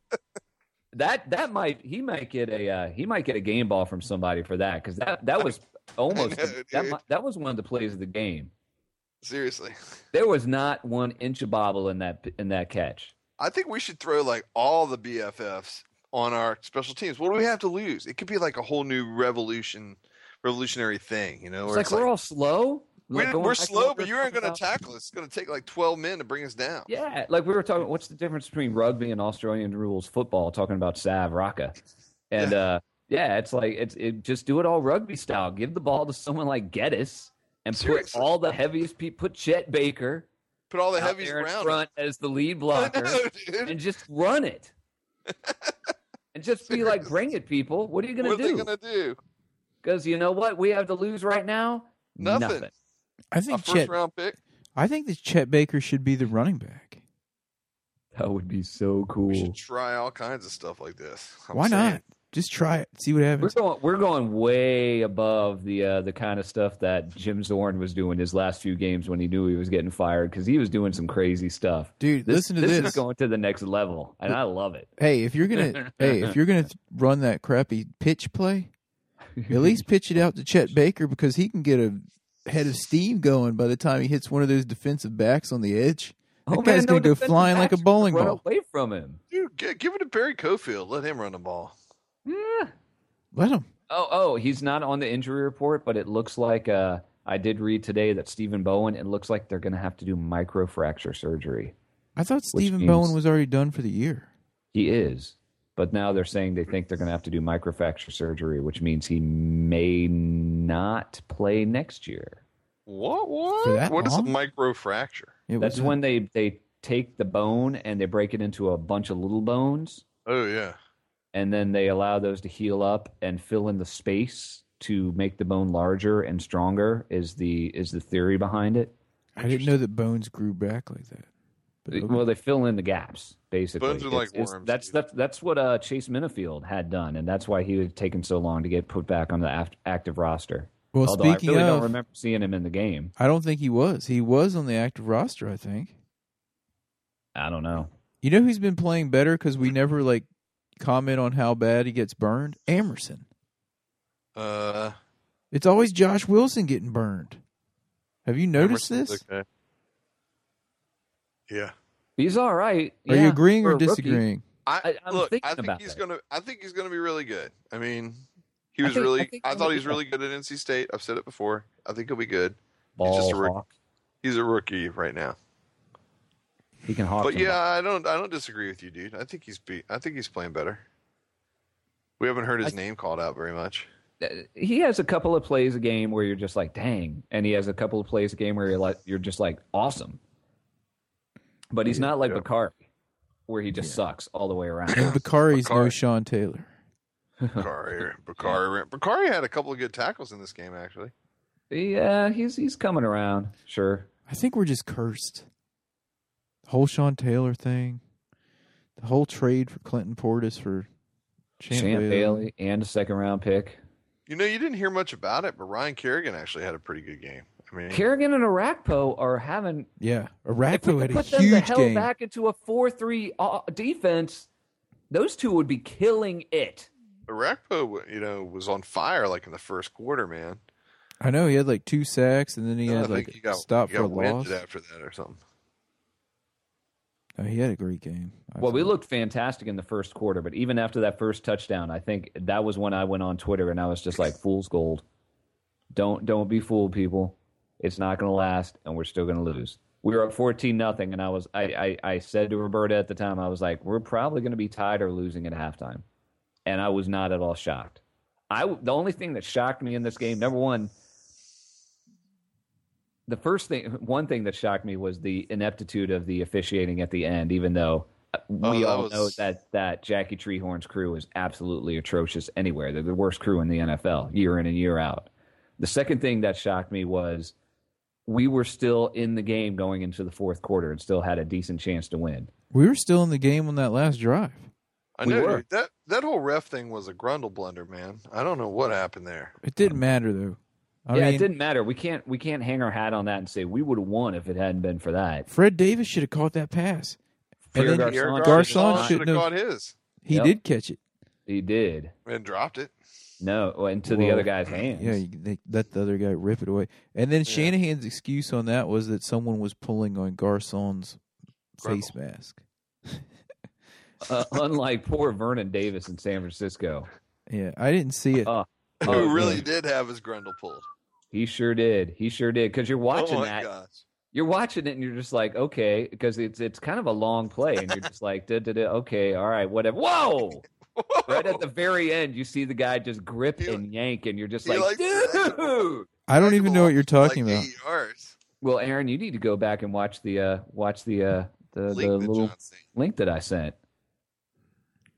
That that might he might get a uh, he might get a game ball from somebody for that because that that was almost know, that dude. mi- that was one of the plays of the game. Seriously. There was not one inch of bobble in that in that catch. I think we should throw like all the BFFs on our special teams. What do we have to lose? It could be like a whole new revolution, revolutionary thing, you know? It's where like it's we're all slow. Like, we're, going we're back to slow, what but we you were aren't talking going about. to tackle us. It's going to take like 12 men to bring us down. Yeah, like we were talking. What's the difference between rugby and Australian rules football? Talking about Sav Raka, and uh, yeah, it's like it's it, just do it all rugby style. Give the ball to someone like Geddes and Seriously. put all the heaviest people. Put Chet Baker Put all the out heavies there in around. front as the lead I blocker know, dude. and just run it, and just be like, "Bring it, people! What are you What are going to they do?" going to do? Because you know what we have to lose right now. Nothing. I A think first Chet. round pick? I think that Chet Baker should be the running back. That would be so We should cool. try all kinds of stuff like this. I'm Why saying. not? Just try it. See what We're happens. going, we're going way above the uh, the kind of stuff that Jim Zorn was doing his last few games when he knew he was getting fired because he was doing some crazy stuff. Dude, listen to this this. is going to the next level, and I love it. Hey, if you're gonna, hey, if you're gonna th- run that crappy pitch play, at least pitch it out to Chet Baker because he can get a head of steam going by the time he hits one of those defensive backs on the edge. That Oh, guy's man, gonna no go defensive flying like a backs bowling run ball. away from him. Dude, gi- give it to Barry Cofield. Let him run the ball. Yeah. Let him. Oh, oh, he's not on the injury report, but it looks like uh, I did read today that Stephen Bowen. It looks like they're going to have to do microfracture surgery. I thought Stephen means- Bowen was already done for the year. He is. But now they're saying they think they're going to have to do microfracture surgery, which means he may not play next year. What? For What? that What is a long? micro fracture? It was That's a- when they, they take the bone and they break it into a bunch of little bones, Oh, yeah. and then they allow those to heal up and fill in the space to make the bone larger and stronger is the is the theory behind it. I didn't know that bones grew back like that. But okay. Well, they fill in the gaps basically. Bones are like worms, that's dude. that's that's what uh, Chase Minifield had done, and that's why he had taken so long to get put back on the act- active roster. Well, Although speaking I really of- don't remember seeing him in the game. I don't think he was. He was on the active roster, I think. I don't know. You know who's been playing better because we never like comment on how bad he gets burned? Amerson. Uh, It's always Josh Wilson getting burned. Have you noticed Emerson's this? okay. Yeah. He's all right. Are yeah, you agreeing for a or rookie. disagreeing? I, I- I'm look. thinking I think about he's that. gonna. I think he's gonna be really good. I mean, he I was think- I really. I, think he'll thought he be was good. really good at NC State. I've said it before. I think he'll be good. Ball just a rookie. hawk. He's a rookie right now. He can hawk. But the yeah, I don't. I don't disagree with you, dude. I think he's. Be, I think he's playing better. We haven't heard his name called out very much. ball. Uh, he has a couple of plays a game where you're just like, dang, and he has a couple of plays a game where you're like, you're just like, awesome. But he's not like Yeah. Bakari, where he just sucks all the way And around. Bakari's no Bakari. Sean Taylor. Bakari, Bakari, Bakari had a couple of good tackles in this game, actually. yeah, he's he's coming around. Sure. I think we're just cursed. The whole Sean Taylor thing, the whole trade for Clinton Portis for Champ, Champ Bailey. Bailey and a second round pick. You know, you didn't hear much about it, but Ryan Kerrigan actually had a pretty good game. I mean, Kerrigan and Arakpo are having Yeah, if we Arakpo could had a put them the huge hell game. back into a four-three uh, defense, those two would be killing it. Arakpo, you know, was on fire like in the first quarter, man. I know he had like two sacks, and then he I had think like he a got, stop he for a got loss. winded after that or something. Oh, he had a great game. I Well, we thought. looked fantastic in the first quarter, but even after that first touchdown, I think that was when I went on Twitter and I was just like, "Fool's gold." Don't don't be fooled, people. It's not going to last, and we're still going to lose. We were up fourteen nothing, and I was I, I I said to Roberta at the time, I was like, "We're probably going to be tied or losing at halftime," and I was not at all shocked. I the only thing that shocked me in this game, number one, the first thing, one thing that shocked me was the ineptitude of the officiating at the end. Even though uh, we Oh, that all was- know that that Jackie Treehorn's crew is absolutely atrocious anywhere. They're the worst crew in the NFL, year in and year out. The second thing that shocked me was we were still in the game going into the fourth quarter and still had a decent chance to win. we were still in the game on that last drive. I We know were. dude. that that whole ref thing was a grundle blunder, man. I don't know what happened there. It didn't matter though. I yeah, mean, it didn't matter. We can't we can't hang our hat on that and say we would have won if it hadn't been for that. Fred Davis should have caught that pass. And Pierre then Garçon Pierre Garçon should shouldn't have have- caught his He Yep. did catch it. He did. and dropped it. No, well, into the Well, other guy's hands. Yeah, you, they let the other guy rip it away. And then Shanahan's excuse on that was that someone was pulling on Garcon's face mask. uh, unlike poor Vernon Davis in San Francisco. Yeah, I didn't see it. Uh, Who Oh, really yeah. did have his grundle pulled? He sure did. He sure did. Because you're watching oh my that, gosh! you're watching it, and you're just like, okay, because it's it's kind of a long play, and you're just like, da, da, da, okay, all right, whatever. Whoa! Right at the very end, you see the guy just grip He- and yank, and you're just he likes like, that. dude. I don't even know what you're talking like E about. Eight yards. Well, Aaron, you need to go back and watch the uh, watch the uh, the, Link the that little John sent. link that I sent.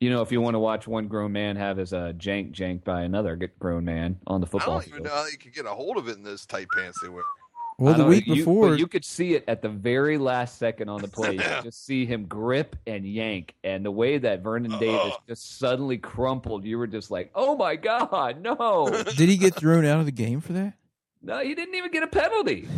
You know, if you want to watch one grown man have his uh, jank janked by another g- grown man on the I football don't even field, know how you could get a hold of it in those tight pants they wear. Well, I the don't week know, you- but before, you, could see it at the very last second on the play. You could just see him grip and yank, and the way that Vernon Davis just suddenly crumpled, you were just like, "Oh my god, no!" did he get thrown out of the game for that? no, he didn't even get a penalty.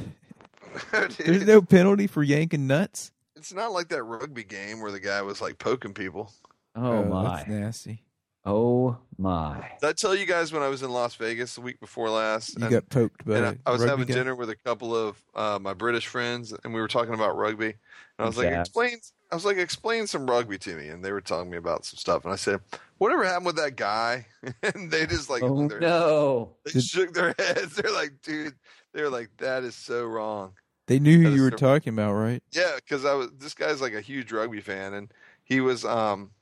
There's no penalty for yanking nuts. It's not like that rugby game where the guy was like poking people. Oh that's my! nasty. Oh my! Did I tell you guys when I was in Las Vegas the week before last? You and- got poked by. and I, a I was rugby having guy. dinner with a couple of uh, my British friends, and we were talking about rugby. And I was like, Jazz. explain. I was like, explain some rugby to me, and they were telling me about some stuff. And I said, whatever happened with that guy? and they just like Oh their- no! they Did- shook their heads. They're like, dude, they're like, that is so wrong. They knew who That you is were the- talking about, right? Yeah, because I was this guy's like a huge rugby fan, and he was um,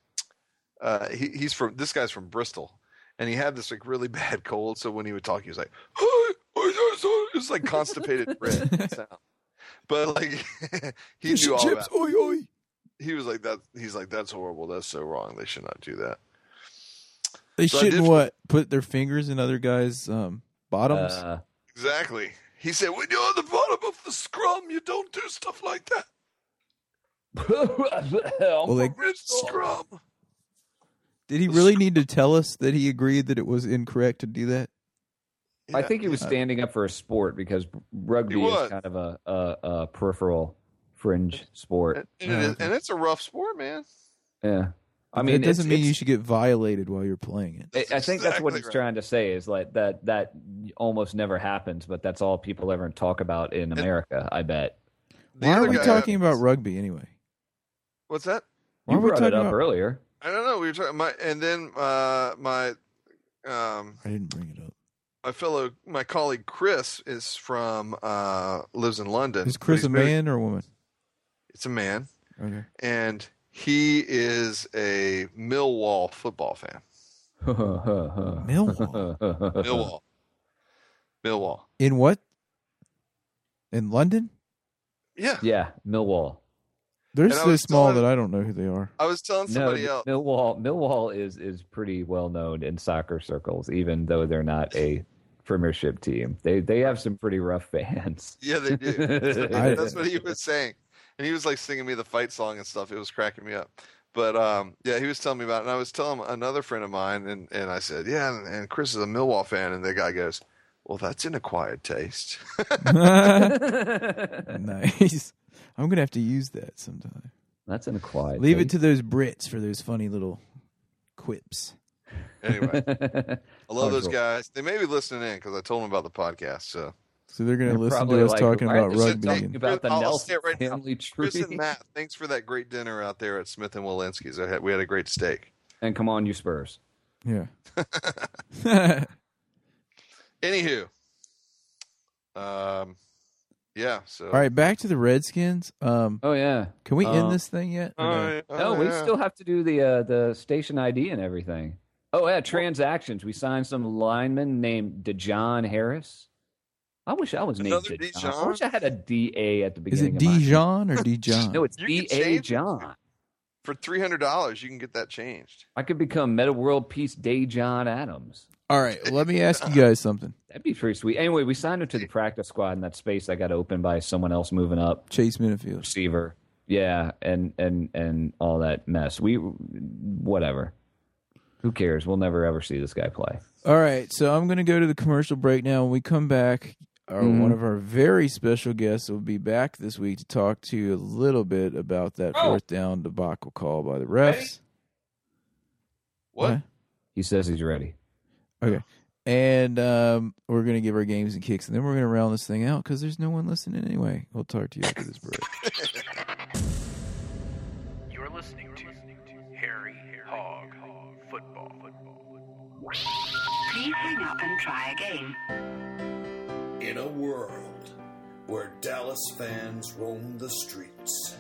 uh, he, he's from this guy's from Bristol, and he had this like really bad cold. So when he would talk, he was like, "Hi, hi, hi, hi," it was like constipated Brit sound. But like he Fish knew and all chips, about. oi, oi. He was like that. He's like that's horrible. That's so wrong. They should not do that. They So I shouldn't did- what put their fingers in other guys' um, bottoms. Uh, Exactly. He said when you're at the bottom of the scrum, you don't do stuff like that. oh well, they, Rip scrum. did he really need to tell us that he agreed that it was incorrect to do that? I Yeah. Uh, think he was standing up for a sport because rugby He was. is kind of a, a, a peripheral fringe sport. And, and, it is, and it's a rough sport, man. Yeah. I But mean, it doesn't it's- mean you it's- should get violated while you're playing it. That's I I think that's what exactly it's right. trying to say is like that that almost never happens, but that's all people ever talk about in America. I bet. The Why are other we guy- uh, talking about rugby anyway? What's that? Why you are we brought it talking up about? earlier. I don't know. We were talking my and then uh, my um I didn't bring it up. my fellow my colleague Chris is from uh lives in London. Is but Chris he's a moved- man or a woman? It's a man, Okay. and he is a Millwall football fan. Millwall. Uh-huh. Millwall, Millwall. In what? In London? Yeah, Yeah, Millwall. They're And I so was small telling- that I don't know who they are. I was telling somebody no, else. Millwall. Millwall is is pretty well known in soccer circles, even though they're not a Premiership team. They they have some pretty rough fans. Yeah, they do. That's what, I- that's what he was saying, and he was like singing me the fight song and stuff. It was cracking me up. But um, yeah, he was telling me about, it, and I was telling another friend of mine, and, and I said, yeah, and, and Chris is a Millwall fan, and the guy goes, well, that's an acquired taste. nice. I'm gonna have to use that sometime. That's an acquired. Leave it to those Brits for those funny little quips. anyway, to. I love those Wonderful. guys. They may be listening in because I told them about the podcast. So So they're gonna They're listen probably to us like, talking "Why about are they rugby. talking and- about the I'll say Nelson it right now. family Chris tree. and Matt, thanks for that great dinner out there at Smith and Walensky's. I had, we had a great steak. And come on, you Spurs. yeah. Anywho, um, yeah. So All right, back to the Redskins. Um, Oh yeah. can we end Uh, this thing yet? or no? Oh, No, oh, we yeah. still have to do the uh, the station ID and everything. Oh yeah, transactions. We signed some lineman named Dejon Harris. I wish I was named Another Dejon. I Dejon? wish I had a DA at the Is beginning. it of my- Dijon or Dijon? No, it's You D can A change it. John. for three hundred dollars, you can get that changed. I could become Meta World Peace Day John Adams. All right, let me ask you guys something. That'd be pretty sweet. Anyway, we signed him to the practice squad in that space that got opened by someone else moving up. Chase Minifield. receiver. Yeah, and and and all that mess. We whatever. Who cares? We'll never ever see this guy play. All right, so I'm going to go to the commercial break now. When we come back, our, Mhm. one of our very special guests will be back this week to talk to you a little bit about that fourth down debacle call by the refs. What? Okay. He says he's ready. And um, we're going to give our games and kicks, and then we're going to round this thing out because there's no one listening anyway. We'll talk to you after this break. You're listening to Harry Hog Football. Please hang up and try again. In a world where Dallas fans roam the streets.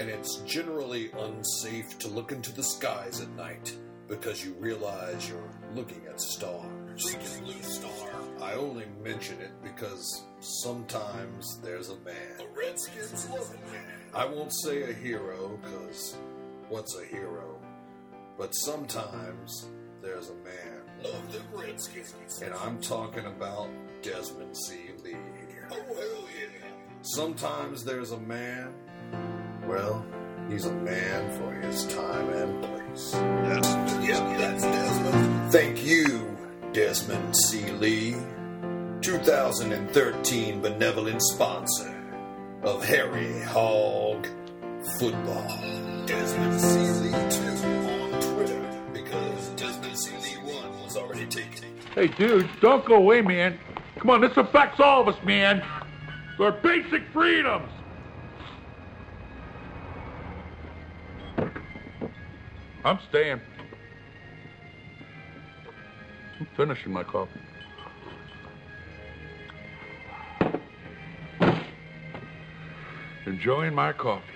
And it's generally unsafe to look into the skies at night because you realize you're looking at stars. I only mention it because sometimes there's a man. I won't say a hero because what's a hero? But sometimes there's a man. Love the Redskins. And I'm talking about Desmond C. Lee. Oh, hell yeah. Sometimes there's a man. Well, he's a man for his time and place. Yep, that's Desmond. Thank you, Desmond C. Lee, 2013 benevolent sponsor of Harry Hog football. Desmond Seeley 2 on Twitter because Desmond Seeley 1 was already taken. Hey, dude, don't go away, man. Come on, this affects all of us, man. Our basic freedoms. I'm staying. I'm finishing my coffee. Enjoying my coffee.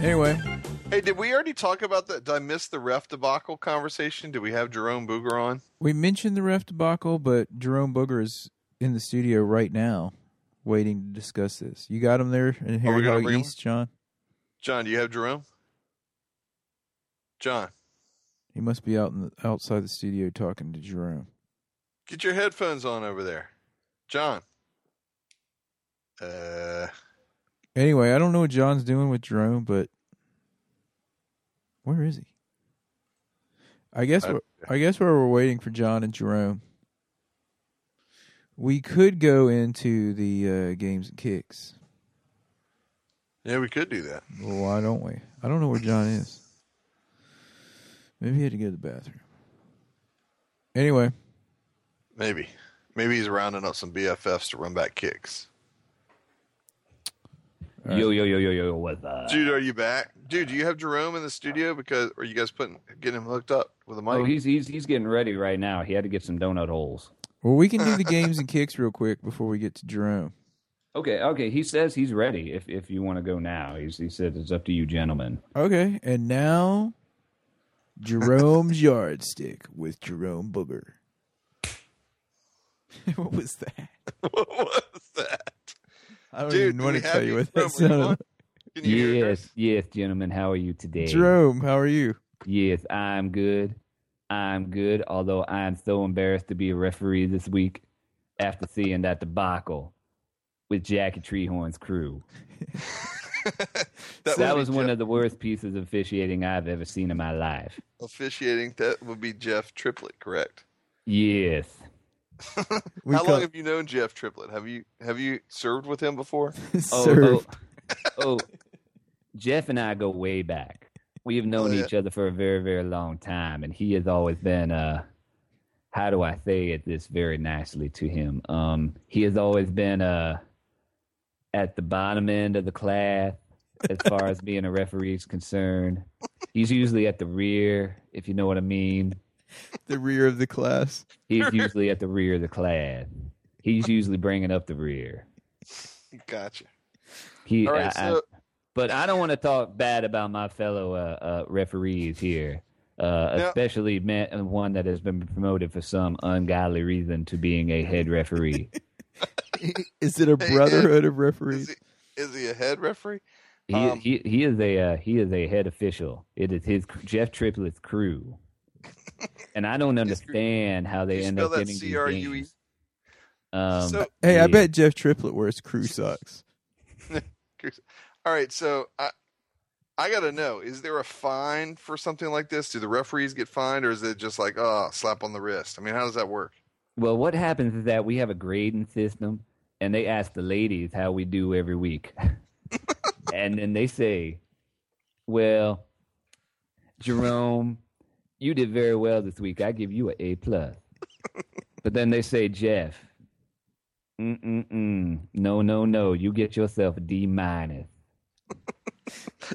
Anyway, Hey, did we already talk about that? Did I miss the ref debacle conversation? Did we have Jerome Booger on? we mentioned the ref debacle, but Jerome Booger is in the studio right now waiting to discuss this. You got him there in Harry gonna Hog Oh, bring him? East, John? John, do you have Jerome? John, He must be out in the, outside the studio talking to Jerome. get your headphones on over there. John. Uh, Anyway, I don't know what John's doing with Jerome, but where is he? I guess I- we're- I, guess where we're waiting for John and Jerome. We could go into the uh, games and kicks. Yeah, we could do that. Well, why don't we? I don't know where John is. Maybe he had to go to the bathroom. Anyway, Maybe. Maybe he's rounding up some BFFs to run back kicks. Yo, yo, yo, yo, yo, what the? Dude, are you back? Dude, do you have Jerome in the studio? Because are you guys putting getting him hooked up with a mic? Oh, he's he's he's getting ready right now. He had to get some donut holes. well, we can do the games and kicks real quick before we get to Jerome. Okay, okay. He says he's ready. If if you want to go now, he's, he said it's up to you, gentlemen. Okay, and now Jerome's yardstick with Jerome Booger. what was that? what was that? I don't Dude, even do want we to have tell you you? what Jerome, that are you sounded. on? Like. Can you hear her? Yes, yes, gentlemen. How are you today? Jerome, how are you? Yes, I'm good. I'm good. Although I'm so embarrassed to be a referee this week after seeing that debacle with Jackie Treehorn's crew. That, That would was be one Jeff of the worst pieces of officiating I've ever seen in my life. officiating. That would be Jeff Triplett, correct? Yes. We How call- long have you known Jeff Triplett? Have you have you served with him before? Oh, served. Oh, oh. Jeff and I go way back. We have known Oh, yeah. each other for a very, very long time, and he has always been uh how do I say it this very nicely to him? Um he has always been uh at the bottom end of the class as far as being a referee is concerned. He's usually at the rear, if you know what I mean. oh. the rear of the class. He's usually at the rear of the class. He's usually bringing up the rear. Gotcha. He, All right, I- I- so but I don't want to talk bad about my fellow uh, uh, referees here, uh, Now- especially man, one that has been promoted for some ungodly reason to being a head referee. Is it a Hey, brotherhood of is referees? he is he a head referee? He, Um, he he is a uh, he is a head official. It is his Jeff Triplett's crew, and I don't understand how they you end spell up that getting these C-R-U-E? games. Um, E? So- Hey, yeah. I bet Jeff Triplett wears crew socks. All right, so I I gotta know: is there a fine for something like this? Do the referees get fined, or is it just like oh, slap on the wrist? I mean, how does that work? Well, what happens is that we have a grading system, and they ask the ladies how we do every week, and then they say, "Well, Jerome, you did very well this week. I give you an A plus." but then they say, "Jeff, mm mm mm, no no no, you get yourself a D minus."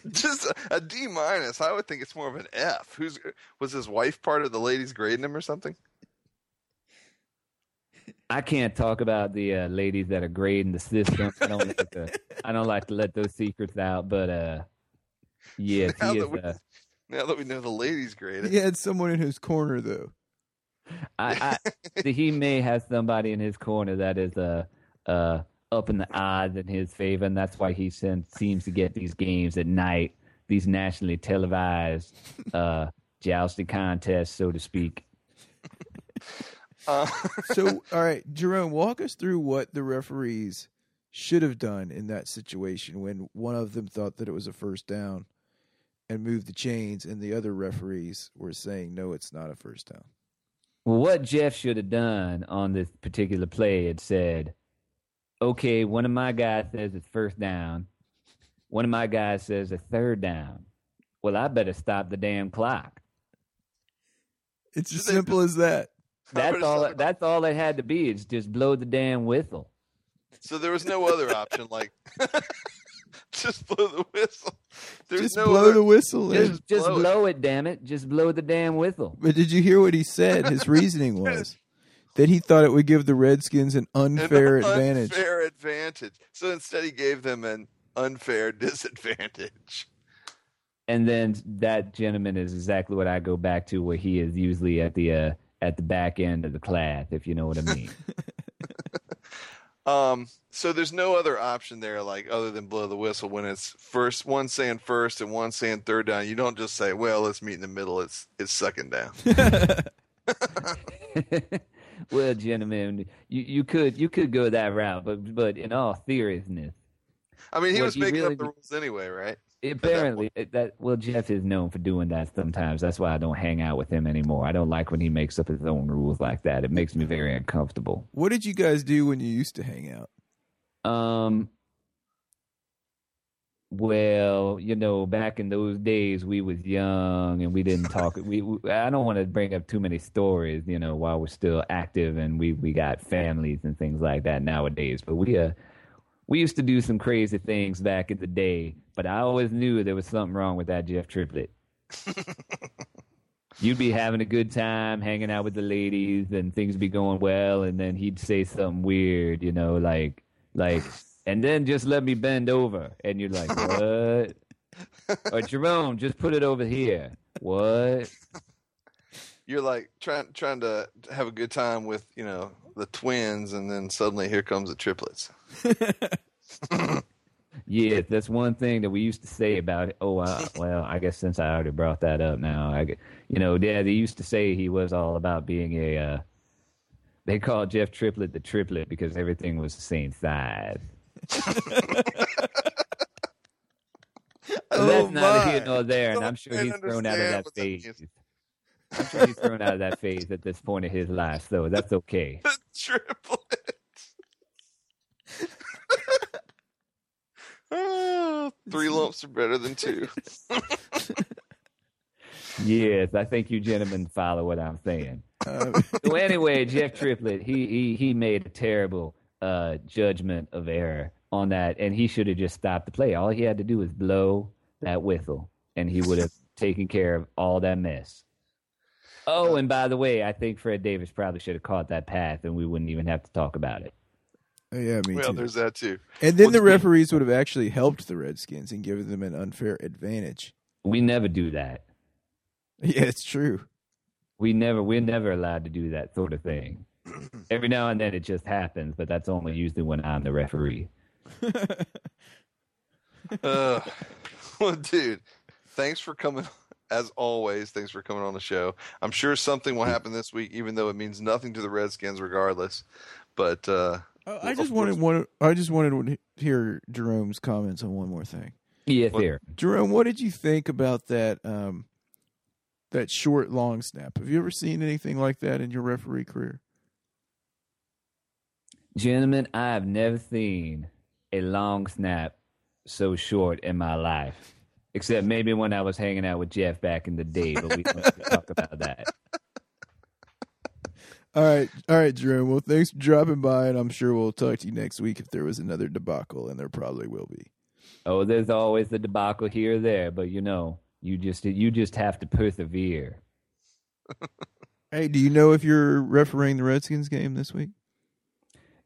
Just a, a D minus. I would think it's more of an F. Who's was his wife part of the ladies grading him or something? I can't talk about the uh, ladies that are grading the system. I don't like to, I don't like to let those secrets out, but uh, yeah, Now he that is. we- Uh, Now that we know the ladies grade it, He had someone in his corner though. I, I he may have somebody in his corner that is uh uh up in the odds in his favor, and that's why he sen- seems to get these games at night, these nationally televised uh jousting contests, so to speak. uh, So, all right, Jerome, walk us through what the referees should have done in that situation when one of them thought that it was a first down and moved the chains, and the other referees were saying, "No, it's not a first down." Well, what Jeff should have done on this particular play had said, okay, one of my guys says it's first down, one of my guys says it's third down. Well, I better stop the damn clock. It's as simple as that. That's better all. stop the- That's all it had to be. It's just blow the damn whistle. so there was no other option. Like just blow the whistle. There's just no blow other. the whistle. in. Just, just blow blow, it. it. damn it! Just blow the damn whistle. But did you hear what he said? His reasoning was that he thought it would give the Redskins an an unfair advantage. Unfair advantage. So instead, he gave them an unfair disadvantage. And then that gentleman is exactly what I go back to, where he is usually at the uh, at the back end of the class, if you know what I mean. Um, so there's no other option there, like other than blow the whistle when it's first one saying first and one saying third down. You don't just say, "Well, let's meet in the middle." It's it's second down. well, gentlemen, you, you could you could go that route, but but in all seriousness, I mean, he Well, was you making really- up the rules anyway, right? Apparently, it- that well, Jeff is known for doing that sometimes. That's why I don't hang out with him anymore. I don't like when he makes up his own rules like that. It makes me very uncomfortable. What did you guys do when you used to hang out? Um, well, you know, back in those days, we was young and we didn't talk. we, we I don't want to bring up too many stories, you know, while we're still active and we we got families and things like that nowadays. But we uh, we used to do some crazy things back in the day. But I always knew there was something wrong with that Jeff triplet. You'd be having a good time hanging out with the ladies and things be going well and then he'd say something weird, you know, like like and then just let me bend over and you're like, What? or Jerome, just put it over here. What? You're like trying trying to have a good time with you know the twins, and then suddenly here comes the triplets. Yeah, that's one thing that we used to say about it. Oh, uh, well, I guess since I already brought that up now, I, gu- you know, yeah, they used to say he was all about being a. Uh, they called Jeff Triplet the triplet because everything was the same size. But that's neither here nor there, and I'm sure he's thrown out of that phase. I'm sure he's thrown out of that phase at this point in his life, so that's okay. Triplets. Ah, Three lumps are better than two. Yes, I think you gentlemen follow what I'm saying. Uh, so anyway, Jeff Triplett, he he he made a terrible uh, judgment of error on that, and he should have just stopped the play. All he had to do was blow that whistle, and he would have taken care of all that mess. Oh, and by the way, I think Fred Davis probably should have caught that path, and we wouldn't even have to talk about it. yeah, me well, too. there's that too. And then Well, the speaking- referees would have actually helped the Redskins and given them an unfair advantage. We never do that. Yeah, it's true. We never we're never allowed to do that sort of thing. Every now and then it just happens, but that's only usually when I'm the referee. Uh, well, dude, thanks for coming. As always, thanks for coming on the show. I'm sure something will happen this week, even though it means nothing to the Redskins, regardless. But uh, Oh, I Of just wanted course. one. I just wanted to hear Jerome's comments on one more thing. Yeah, What- there. Jerome, what did you think about that? Um, that short long snap. Have you ever seen anything like that in your referee career? Gentlemen, I have never seen a long snap so short in my life, except maybe when I was hanging out with Jeff back in the day. But we don't talk about that. All right, all right, Jerome. Well, thanks for dropping by, and I'm sure we'll talk to you next week if there was another debacle, and there probably will be. Oh, there's always the debacle here or there, but you know, you just you just have to persevere. Hey, do you know if you're refereeing the Redskins game this week?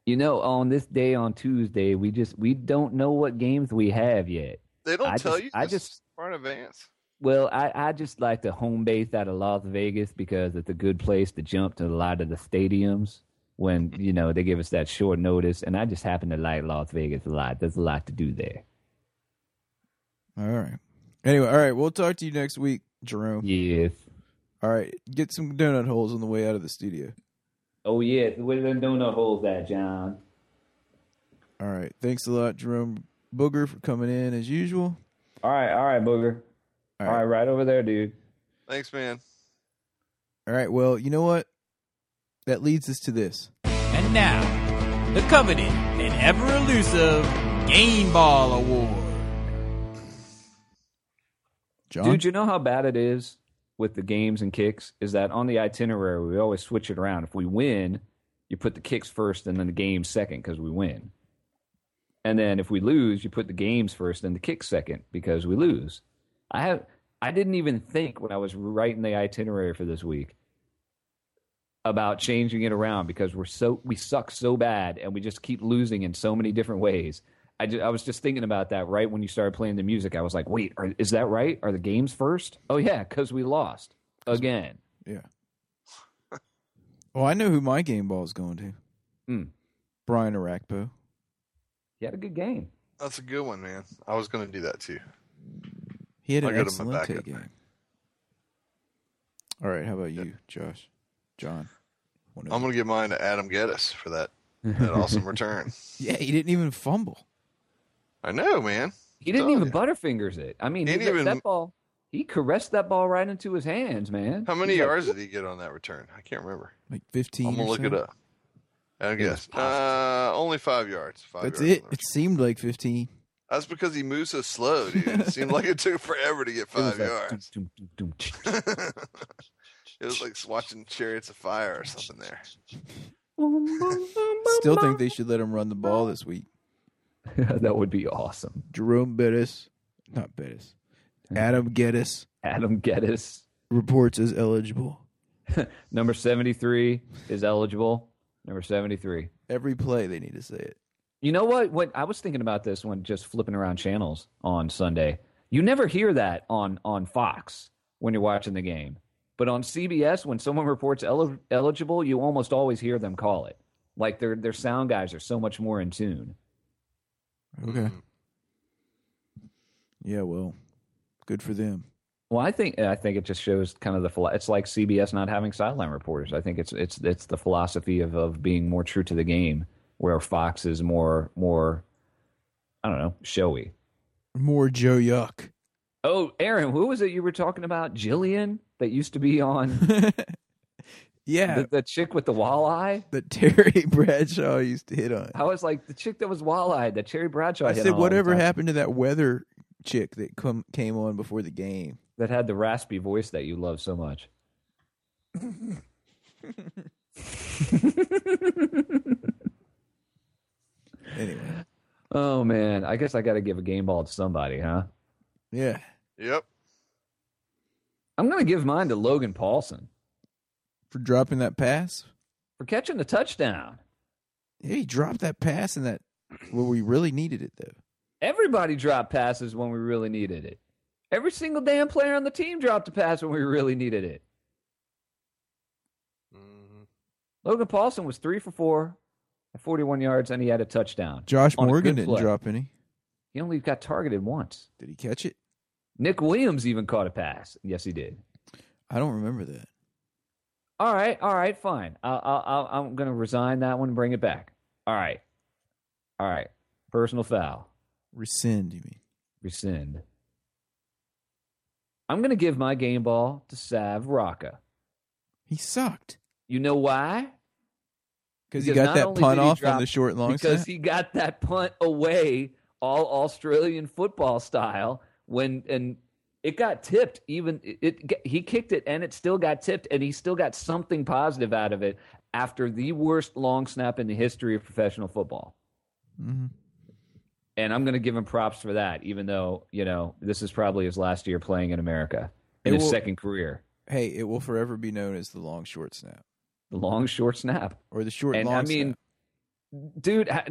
You know, on this day on Tuesday, we just we don't know what games we have yet. they don't I tell just- you. I this just- far in advance. Well, I, I just like to home base out of Las Vegas because it's a good place to jump to a lot of the stadiums when, you know, they give us that short notice. And I just happen to like Las Vegas a lot. There's a lot to do there. All right. Anyway, all right. We'll talk to you next week, Jerome. Yes. All right. Get some donut holes on the way out of the studio. Oh, yes. Where the donut holes at, John? All right. Thanks a lot, Jerome Booger, for coming in as usual. All right. All right, Booger. All all right. right. Right over there, dude. Thanks, man. All right. Well, you know what? That leads us to this. And now, the coveted and ever elusive Game Ball Award. John. Dude, you know how bad it is with the games and kicks? Is that on the itinerary, we always switch it around. If we win, you put the kicks first and then the games second because we win. And then if we lose, you put the games first and the kicks second because we lose. I have I didn't even think when I was writing the itinerary for this week about changing it around because we're so we suck so bad and we just keep losing in so many different ways. I, ju- I was just thinking about that right when you started playing the music. I was like, wait, are, is that right? Are the games first? Oh yeah, because we lost again. yeah. Oh, I know who my game ball is going to. Hmm. Brian Arakpo. He had a good game. That's a good one, man. I was going to do that too. He had I an got him a excellent backup. game. All right. How about you, Josh? John. One of I'm going to give mine to Adam Geddes for that that awesome return. you. yeah, he didn't even fumble. I I know, man. He didn't Telling even you. butterfingers it. I mean, he, Didn't let even- that ball. He caressed that ball right into his hands, man. How many He's like, yards did he get on that return? I can't remember. Like 15. I'm gonna or look it so? up. I guess uh, only five yards. Five That's yards it. It seemed like 15. That's because he moves so slow, dude. It seemed like it took forever to get It was five like, yards. "Dum, dum, dum, dum." It was like watching Chariots of Fire or something there. Still think they should let him run the ball this week. that would be awesome. Jerome Bettis, not Bettis, Adam Geddes Adam Geddes, reports as eligible. number 73, is eligible. Number 73. Every play they need to say it. You know what? When I was thinking about this when just flipping around channels on Sunday, you never hear that on on Fox when you're watching the game, but on CBS when someone reports eli- eligible, you almost always hear them call it. Like their their sound guys are so much more in tune. Okay. Mm-hmm. Yeah, well, good for them. Well, I think I think it just shows kind of the philo- it's like CBS not having sideline reporters. I think it's it's it's the philosophy of of being more true to the game, where Fox is more more, I don't know, showy. More Joe Yuck. Oh, Aaron, who was it you were talking about? Jillian that used to be on Yeah, the, the chick with the walleye. that Terry Bradshaw used to hit on. I was like the chick that was walleye, that Cherry Bradshaw. I hit said, on all the whatever time, happened to that weather chick that come came on before the game? that had the raspy voice that you love so much. Anyway, Oh man, I guess I got to give a game ball to somebody, huh? yeah, Yep. I'm gonna give mine to Logan Paulson for dropping that pass. for catching the touchdown. Yeah, he dropped that pass and that. Well, we really needed it though. Everybody dropped passes when we really needed it. Every single damn player on the team dropped a pass when we really needed it. Logan Paulson was three for four at 41 yards, and he had a touchdown. Josh on a Morgan good didn't play. drop any. He only got targeted once. Did he catch it? Nick Williams even caught a pass. Yes, he did. I don't remember that. All right, all right, fine. I'll, I'll, I'll, I'm going to resign that one and bring it back. All right. All right. Personal foul. Rescind, you mean? Rescind. I'm going to give my game ball to Sav Rocca. He sucked You know why? because he got Because not that only punt did he off on drop- the short and long because snap. he got that punt away all Australian football style when and it got tipped even it, it he kicked it and it still got tipped and he still got something positive out of it after the worst long snap in the history of professional football Mhm. and I'm going to give him props for that even though you know this is probably his last year playing in America in It his will- second career Hey, it will forever be known as the long short snap the long short snap or the short and long I mean, snap. dude, ha-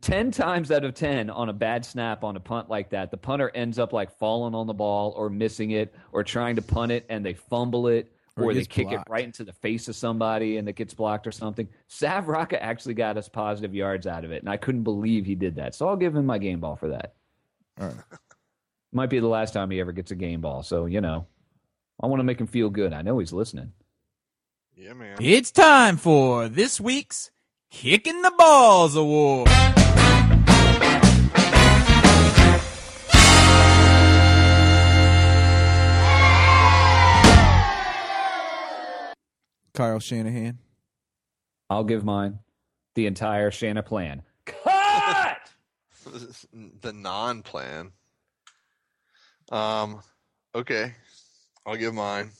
ten times out of ten on a bad snap on a punt like that, the punter ends up like falling on the ball or missing it or trying to punt it and they fumble it Or it or, they gets kick blocked. it right into the face of somebody and it gets blocked or something. Sav Rocca actually got us positive yards out of it, and I couldn't believe he did that. So I'll give him my game ball for that. All right. Might be the last time he ever gets a game ball. So you know, I want to make him feel good. I know he's listening. Yeah, man. It's time for this week's Kicking the Balls Award. Kyle Shanahan. I'll give mine the entire Shanna plan. the non-plan. Um. Okay. I'll give mine.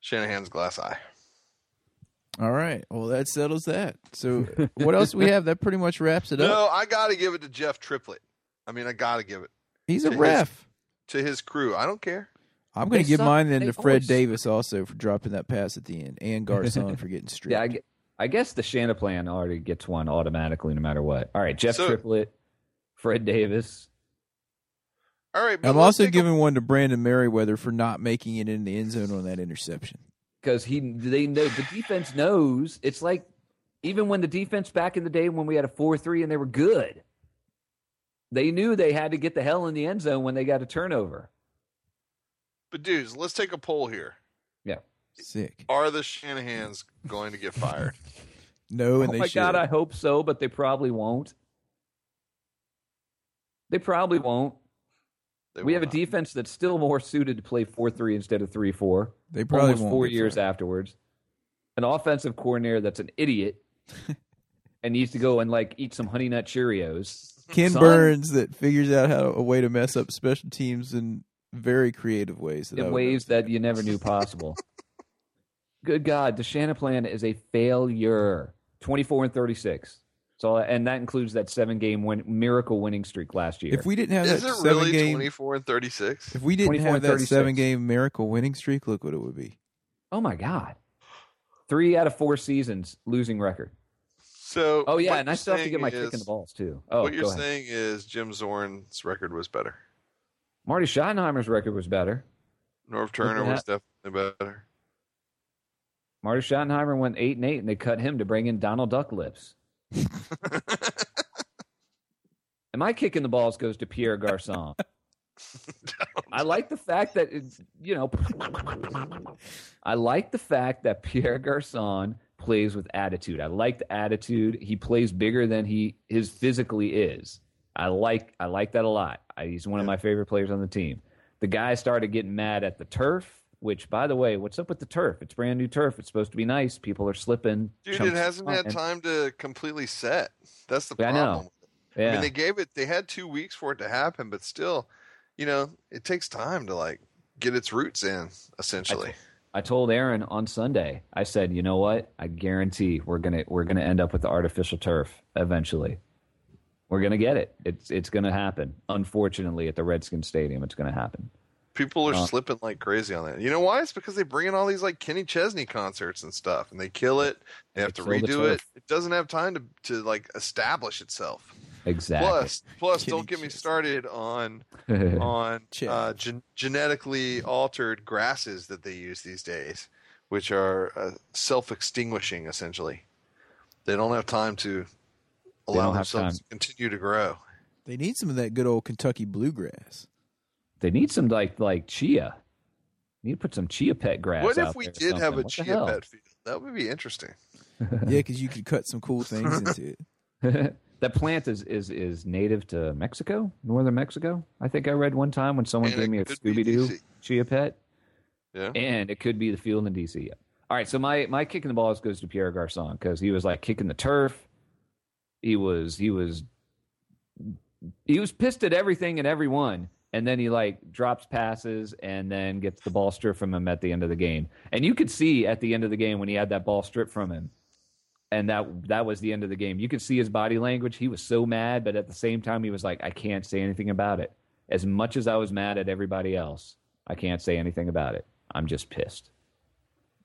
Shanahan's glass eye. All right. Well, that settles that. So, what else we have? That pretty much wraps it up. No, I gotta give it to Jeff Triplett. I mean, I gotta give it He's a to his- ref. to his crew. I don't care. I'm going They to give suck. mine then They to Fred always Davis also for dropping that pass at the end and Garcon for getting stripped. Yeah, I, gue- I guess the Shanna plan already gets one automatically, no matter what. All right, Jeff So- Triplett, Fred Davis. All right. But am let's also take a- giving one to Brandon Merriweather for not making it in the end zone on that interception. because he they know the defense knows it's like even when the defense back in the day when we had a four three and they were good, they knew they had to get the hell in the end zone when they got a turnover. But dudes, let's take a poll here. Sick. Are the Shanahan's going to get fired? No, and oh they my should. god, I hope so, but they probably won't. They probably won't. They we have not. a defense that's still more suited to play four three instead of three four. They probably almost won't four get years fired. afterwards. An offensive coordinator that's an idiot and needs to go and like eat some honey nut Cheerios. Ken Son, Burns that figures out how a way to mess up special teams in very creative ways. That I in would- ways that you never knew possible. Good God, the Shanahan is a failure. Twenty four and thirty six. So, and that includes that seven game win, miracle winning streak last year. If we didn't have Is that it seven really game, twenty four and thirty six? if we didn't 24 have and that 36. seven game miracle winning streak, look what it would be. oh my God, three out of four seasons losing record. So Oh yeah, what and I you're still have to get saying my kick in the is- balls too. Oh, what you're go ahead. saying is Jim Zorn's record was better. Marty Schottenheimer's record was better. Norv Turner that. was definitely better. Marty Schottenheimer went eight and eight, and they cut him to bring in Donald Duck Lips. and my kick in the balls goes to Pierre Garcon. I like the fact that it's, you know, I like the fact that Pierre Garcon plays with attitude. I like the attitude. He plays bigger than he his physically is. I like I like that a lot. I, he's one of my favorite players on the team. The guy started getting mad at the turf, which by the way, what's up with the turf? It's brand new turf. It's supposed to be nice. People are slipping. Dude, chunks it of hasn't had cotton. time to completely set. That's the Yeah, I problem. know. I Yeah. mean, they gave it. They had two weeks for it to happen, but still, you know, it takes time to like get its roots in. Essentially, I told Aaron on Sunday. I said, "You know what? I guarantee we're gonna we're gonna end up with the artificial turf eventually. We're gonna get it. It's it's gonna happen. Unfortunately, at the Redskins Stadium, it's gonna happen. people are Uh, slipping like crazy on that. You know why? It's because they bring in all these like Kenny Chesney concerts and stuff, and they kill it. They have to kill the redo it. turf. It doesn't have time to to like establish itself. Exactly. Plus, plus, Kenny don't get me Chesney. started on on Chip. uh, gen- genetically altered grasses that they use these days, which are uh, self-extinguishing essentially. They don't have time to allow don't have themselves to time. continue to grow. They need some of that good old Kentucky bluegrass. they need some like like chia. Need to put some chia pet grass. what out if we there or did have something. a What the chia hell? pet field? That would be interesting. yeah, because you could cut some cool things into it. that plant is is is native to Mexico, northern Mexico. I think I read one time when someone And gave it me a could be Scooby Doo DC. chia pet. Yeah. and it could be the field in DC. All right, so my my kick in the balls goes to Pierre Garcon because he was like kicking the turf. He was he was he was pissed at everything and everyone, and then he like drops passes and then gets the ball stripped from him at the end of the game. And you could see at the end of the game when he had that ball stripped from him, and that that was the end of the game. You could see his body language. He was so mad, but at the same time, he was like, "I can't say anything about it." As much as I was mad at everybody else, I can't say anything about it. I'm just pissed.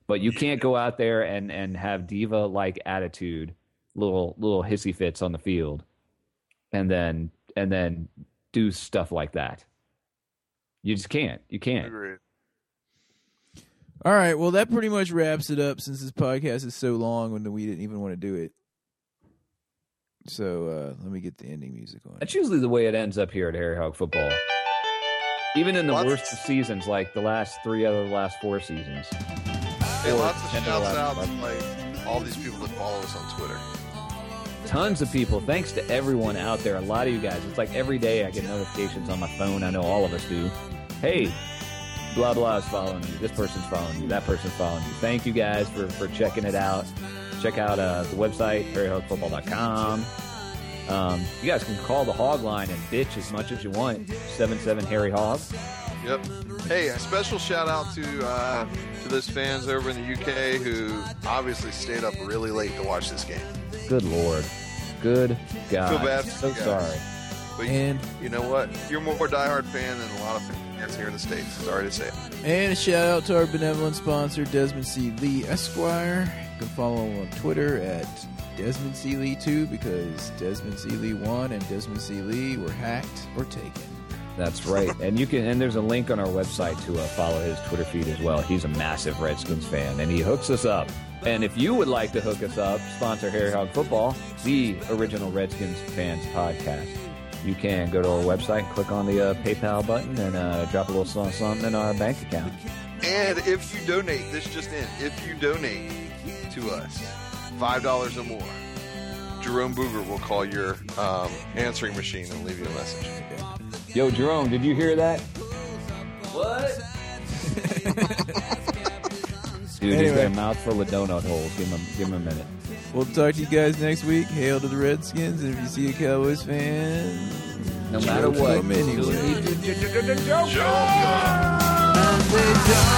But you can't go out there and and have diva like attitude, little little hissy fits on the field, and then and then do stuff like that. You just can't. You can't. Agreed. All right, well that pretty much wraps it up since this podcast is so long and we didn't even want to do it. So uh, let me get the ending music on. That's usually the way it ends up here at Harry Hog football. Even in the Lots- worst of seasons, like the last three out of the last four seasons. Hey, lots of Ten to shouts eleven, out to eleven. like all these people that follow us on Twitter. Tons of people. Thanks to everyone out there. A lot of you guys. It's like every day I get notifications on my phone. I know all of us do. Hey, blah blah is following you. This person's following you. That person's following you. Thank you guys for for checking it out. Check out uh, the website harryhogfootball.com. Um, you guys can call the hog line and bitch as much as you want. Seven seven Harry Hog. Yep. Hey, a special shout out to uh, to those fans over in the UK who obviously stayed up really late to watch this game. Good lord. Good God. Feel bad for so you guys. sorry. But And you know what? You're more diehard fan than a lot of fans here in the states. Sorry to say it. and a shout out to our benevolent sponsor Desmond C Lee Esquire. You can follow him on Twitter at Desmond C Lee two because Desmond C Lee one and Desmond C Lee were hacked or taken. That's right. and you can and there's a link on our website to uh, follow his Twitter feed as well. He's a massive Redskins fan and he hooks us up. And if you would like to hook us up, sponsor Harry Hog Football, the original Redskins fans podcast. You can go to our website, click on the uh, PayPal button, and uh, drop a little something, something in our bank account. And if you donate, this just in, if you donate to us $5 or more, Jerome Booger will call your um, answering machine and leave you a message. Yo, Jerome, did you hear that? What? Dude, he's got Anyway. a mouthful of donut holes. Give him, a, give him a minute. We'll talk to you guys next week. Hail to the Redskins. And if you see a Cowboys fan, No matter joke what, to 'em anyway. still need to- Joker!